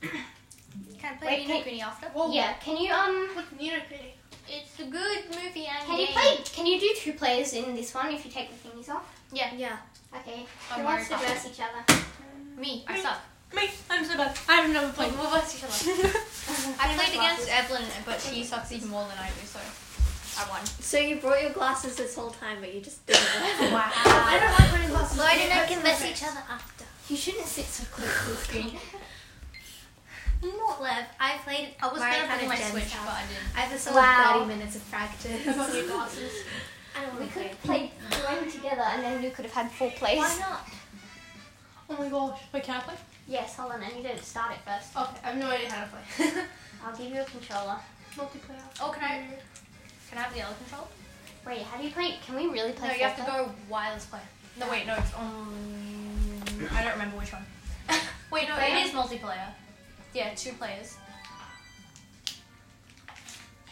Can I play
Wait,
Nino
can-
Grinny after?
Oh.
Yeah, can you, um...
What's Nino Grinny? It's a good movie and
Can you
game.
play? Can you do two players in this one if you take the thingies off?
Yeah. Yeah.
Okay.
On
Who
Mario
wants to
Kart.
verse each other?
Me, I suck. Me, I'm so bad. I've never played. We'll verse each other. [laughs] I played against Evelyn, but she sucks even more than I do, so I won.
so you brought your glasses this whole time, but you just didn't.
[laughs] Wow. I don't like wearing glasses.
Lloyd and I can
Personal
mess
effects.
each other after.
You shouldn't sit so close to the [laughs] screen.
Not Lev. I played. I
was
Mario
gonna
Kart
bring
at
my
Jen's
Switch, but I didn't.
I have a solid
Wow.
30 minutes of practice.
Your glasses.
I don't
We
want to
could
play.
have played join together, and then we could have had four plays.
Why not? Oh my gosh. Wait, can I play?
Yes. Hold on. I need to start it first.
Okay, I have no idea how to play.
[laughs] I'll give you a controller.
Multiplayer. Oh, can I? Can I have the yellow control?
Wait. How do you play? Can we really play?
no, you have to
Forza?
go wireless play. No, wait, no, it's on. I don't remember which one. wait, no,
Player?
it is multiplayer. Yeah, two players.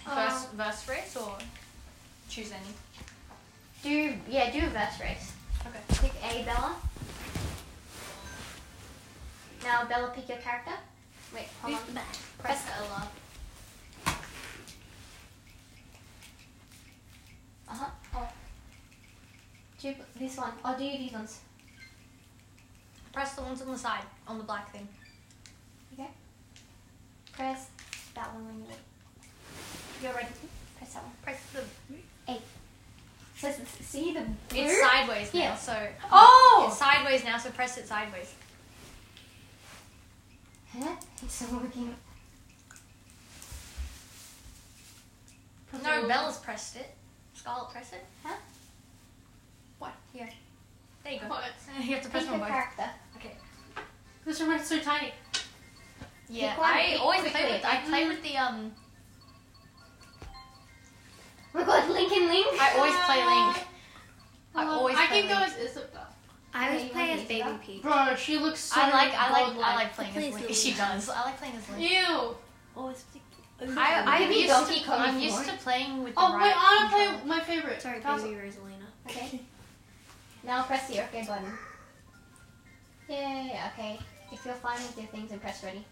Uh-huh.
Verse, verse race or choose any.
Do yeah. Do a verse race.
Okay.
Pick a Bella. Now Bella, pick your character. Wait. Hold on. Press Bella. Uh huh. Oh. Do this one. I'll do these ones.
Press the ones on the side on the black thing.
Okay. Press that one when you're ready. You're ready. Press that one.
Press the.
Eight. So s- see the blue?
It's sideways now,
Yeah.
so.
Oh!
It's sideways now, so press it sideways.
Huh? It's not working.
No, Bella's pressed it. Scarlet, press it.
Huh?
What? Yeah. There you go. [laughs] You have to press
Pick
on
your
both.
character.
Okay.
This remote's so tiny.
Yeah,
Pick one,
I
pick
always
quickly.
play with. I play with the um.
Oh my god, Link and Link.
I always play Link. I always.
I
play
can go
Link.
as Isabel.
I
Yeah,
always
you
play
wanna
as
use
Baby
that?
Peach.
Bro, she looks so
I like I like I
godlike.
like playing
Please,
as Link.
Lily.
She does. I like playing as Link.
Ew.
Always.
I-
I
I
I'm
used
used
to-
to I'm
I'm
used to
bored.
playing with. the
Oh wait,
right
I wanna
controller.
play my favorite. Sorry,
Baby
Rosalina.
Okay. [laughs] Now press the OK button. Yay, okay. If you're fine with your things, then press ready.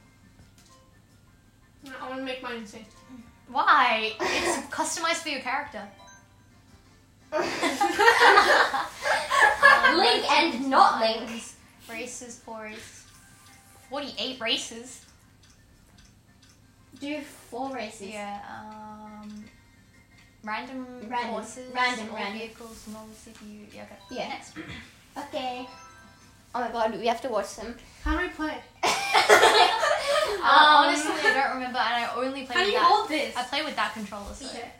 I wanna make mine insane.
Why? It's [laughs] customized for your character.
Link and not Link.
Races, fours. 48 races.
Do four races.
Yeah, um. Random,
Random,
horses,
random,
all
random.
vehicles, small CPU. Yeah, okay.
Yeah.
Next.
[clears throat] Okay. Oh my god, we have to watch them.
How do we play?
Uh,
Um,
honestly, I don't remember, and I only play
How
with
do you
that.
hold this?
I play with that controller. So.
Okay.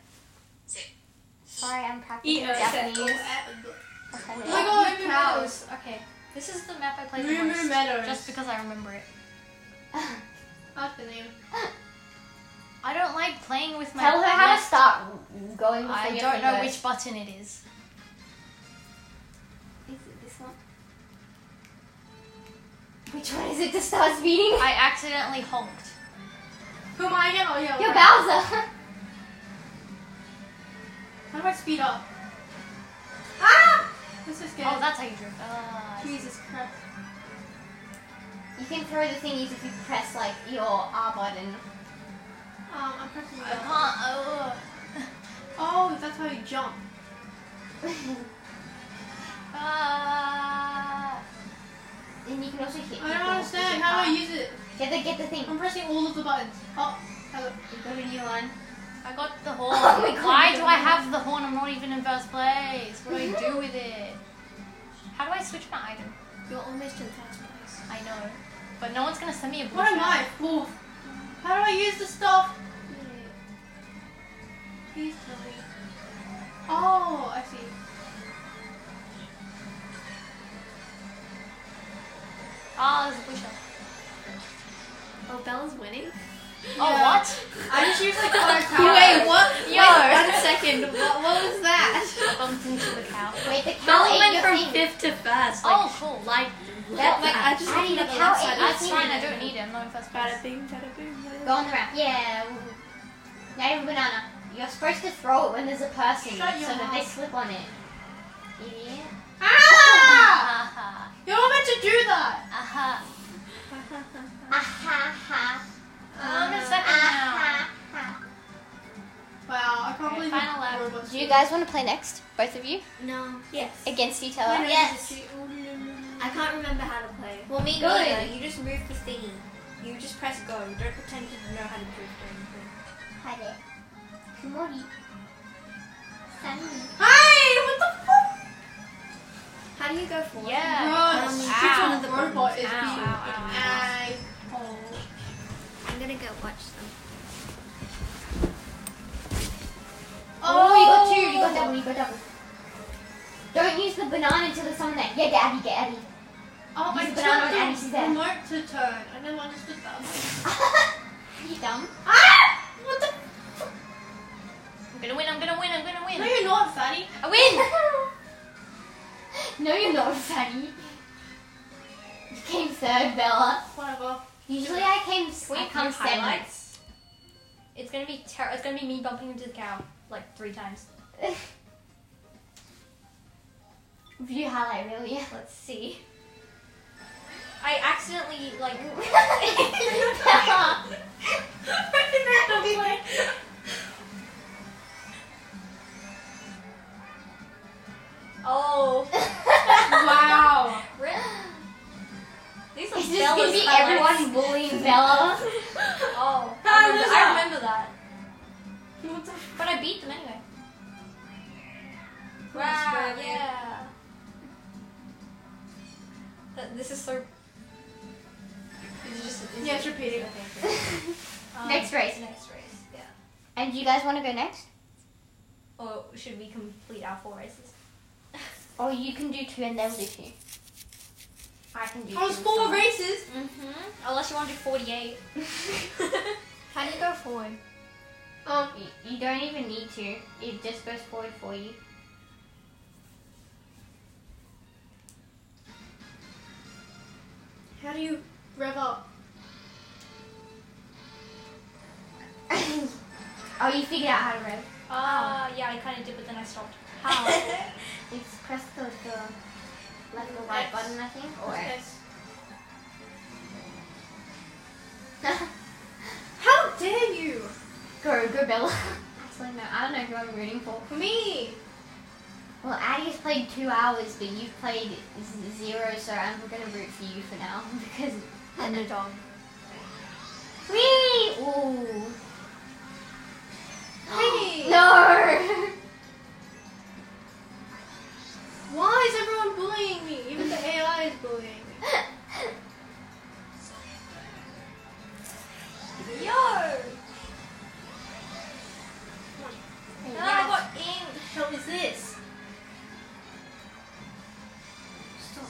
Sorry, I'm
E
practicing
O
Japanese.
Oh
my god,
Moo Moo
cows.
Meadows. Okay, this is the map I played
Moo
the
Moo
most,
Meadows.
just because I remember
[laughs]
it.
That's the name.
I don't like playing with my.
Tell her how to
left-
start going with
I
your
don't know
fingers.
which button it is.
Is it this one? Which one is it to start speeding?
I accidentally honked.
Who am I again? Oh yeah.
You're
right.
Bowser!
How do I speed up? Ah! This is good.
Oh, that's how you drift. Ah, I see.
Jesus Christ.
[laughs] you can throw the thingies if you press like your R button.
Um, I'm pressing
I can't.
that.
Oh.
Oh, that's how you jump.
Ah.
Then you can also hit
I
people
don't
with
understand.
your
How do
car.
I use it?
Get the, get the thing.
I'm pressing all of the buttons. Oh, hello.
You go to new one.
I got the horn. [laughs]
Oh my God,
Why
you
do
don't
I
know.
have the horn? I'm not even in first place. What do I do with it? How do I switch my item?
You're almost in first place.
I know. But no one's gonna send me a blue
What am I?
shirt.
Wolf. How do I use the stuff? Please tell me. Oh, I see.
Ah, there's a blue shirt.
Oh, Bella's winning.
Oh,
Yeah.
what?
I just used like color
Yo.
power. Wait, what?
Yo.
Wait, one second. What, what was that?
I bumped into the cow.
Wait, the cow
Bella
ate
went
your
from
thing.
fifth to first. Like,
Oh, cool.
like,
That-
like, I just
I need
looked
a
at the
cow
left side of
egg.
the
That's
see.
fine, I don't need it. I'm not in first place.
Bada bing, bada boom, bada
Go on the ramp. Yeah. woo-hoo. Now you have a banana. You're supposed to throw it when there's a person
Shut
so
your
that they
mouth.
slip on it. Idiot.
Ah!
Aha.
You're not meant to do that.
Aha.
Aha ha.
I'm in second now.
Aha ha.
Wow, I can't
Okay,
believe
final lap.
robots
Do you guys want to play next? Both of you?
No.
Yes.
Against each
My
other?
nose
Yes.
is itchy. Ooh, la, la, la, la.
I can't remember how to play.
Well, me
Go
neither.
ahead.
You just move the thingy. You just press go. You don't pretend to know how to drift or anything.
Hi there. Kumori. Sunny.
Hey, what the fuck?
How do you go forward?
Yeah.
Bro,
Um,
this
ow,
freaking
the
robot is
Ow,
being
ow, ow,
an asshole.
I'm gonna go watch them.
Oh, you got two. You got double. You got double. Don't use the banana until there's someone there. Yeah, get Abby. Get Abby.
Oh, I
Use the banana and
took
she's
the
there.
remote to turn. I never understood that.
you dumb.
Ah! What the?
I'm gonna win, I'm gonna win, I'm gonna
No,
win.
you're not, Fanny.
I win!
no, you're not, Sunny. You came third, Bella.
Whatever.
Usually I came. I come second.
It's gonna be ter- It's gonna be me bumping into the cow like three [laughs] times.
View highlight reel. Yeah.
Let's see. I accidentally like.
Bella.
oh,
Wow.
these are
It's just gonna
Bella's
be
highlights.
everyone bullying Bella.
Oh,
Ah,
I remember, I
there's that.
remember that.
What the?
But I beat them anyway.
From Australia.
yeah. That, this is so. These are just. these
Yeah,
are-
it's repeating.
Um,
Next race.
Next race. Yeah.
And you guys want to go next?
Or should we complete our four races?
Or you can do two and they'll do two. I can do
I was
two.
four races.
Mm-hmm. Unless you want to do forty-eight.
How do you go forward?
Um, you- you don't even need to. It just goes forward for you.
How do you rev up?
[coughs] Oh, you figured out how to rev.
Ah, yeah, I kind of did, but then I stopped.
How? [laughs] you just press the, the left or right button, I think, or X.
How dare you?
[laughs] Go, go Bella. [laughs] Actually, no, I don't know who I'm rooting for.
Me!
Well, Addie's played two hours, but you've played z- zero, so I'm gonna root for you for now [laughs] because.
And a dog.
Whee! Ooh.
Hey!
No! [laughs]
Why is everyone bullying me? Even the AI is bullying me. Yo! Ah, what in the hell is this? Stop.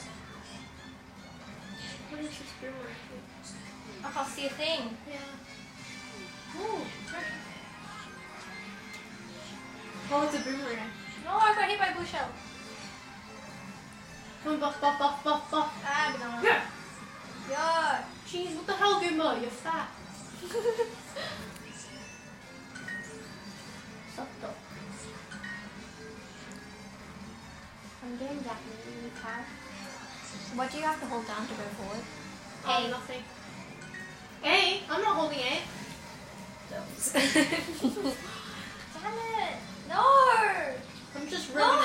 What is this doing? I can't see a thing. Yeah. Ooh, Oh, it's a boomerang. No, I got hit by a blue shell. Come on, buff, buff, buff, buff, buff. Ah, banana. Yeah. Yeah. Jeez, what the hell, Goomba? You're fat.
[laughs]
Stop, stop. I'm doing Japanese in the car.
What do you have to hold down to go forward?
Oh, nothing. Hey, I'm not holding
[laughs]
it. Damn it! No! I'm just rubbing no!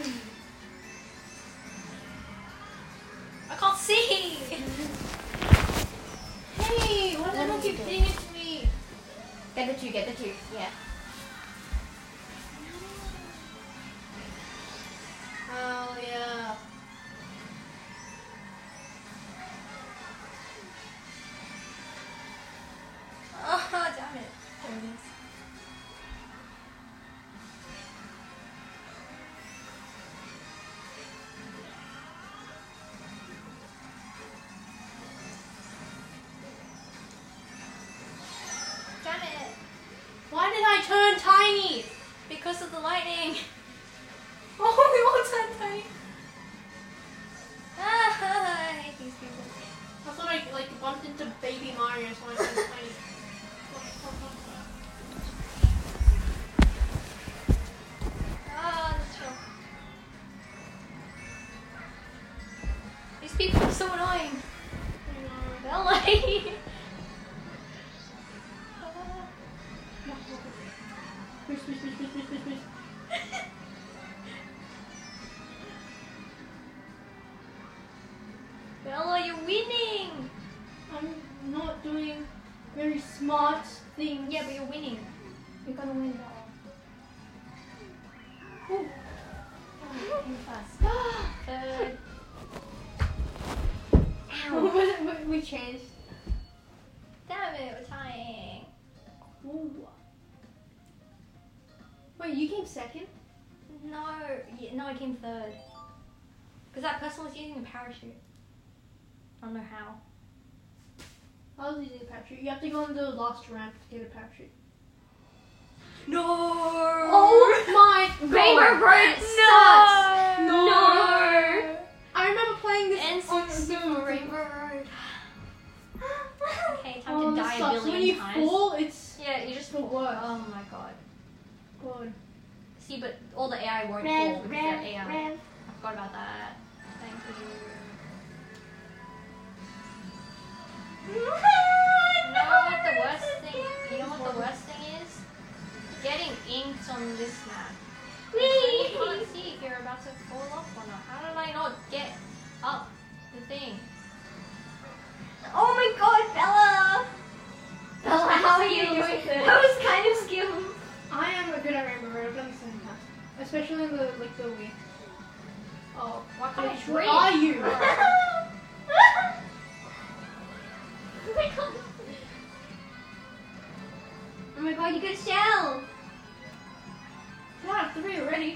[laughs]
up I can't see! hey, why does everyone keep hitting into me?
Get the two, get the two. Yeah.
Oh, yeah. Oh, damn it. There it is. Damn it. Why did I turn tiny? Because of the lightning. Oh, we all turned tiny. Ah, I hate these people. I thought I like bumped into Baby Mario, so I turned tiny. Ah, that's rough. These people are so annoying. Belly. Push, push, push, push, push, push, push. Bella, you're winning! I'm not doing very smart things. Yeah, but you're winning. You're gonna win, Bella. Ooh. Oh, you fast. [laughs] Third. Ow. we changed. Damn it, we're tying. Ooh. Wait, you came second?
[laughs] No, yeah, no, I came third. Because that person was using a parachute. I don't know how.
I was using a parachute. You have to go on the last ramp to get a parachute.
No.
Oh my god!
Rainbow Road sucks.
No.
No.
I remember playing this
And
on
Super
Super
Rainbow Road.
[gasps]
okay, time
Oh,
to
this
die a
sucks.
billion
When you
times.
fall, it's
Yeah, you just
the worst.
Oh my god.
God.
See, but all the AI won't
Rev,
fall because
rev,
they're AI.
rev.
I forgot about that. Thank
[laughs]
you. You know what the worst thing? You know what the worst thing is? Getting inked on this map. Wee! You can't see if you're about to fall off or not. How did I not get up the thing?
Oh my god, Bella! Bella, how are you doing this? That was kind of skilled.
I am a good at Rainbow Road. I've done this in the past. Especially in the, like, the Wii.
Oh, why can't
Bitch,
I
where
breathe?
are you?
Oh my god. Oh my god, you got shell!
Yeah, three already.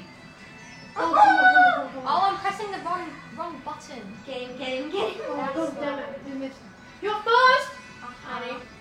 Oh,
Oh, come on, come on, come on, come on.
Oh, I'm pressing the wrong wrong button.
Get him, get him, get him.
Oh, god damn it. You missed. You're first!
Uh-huh.
Honey.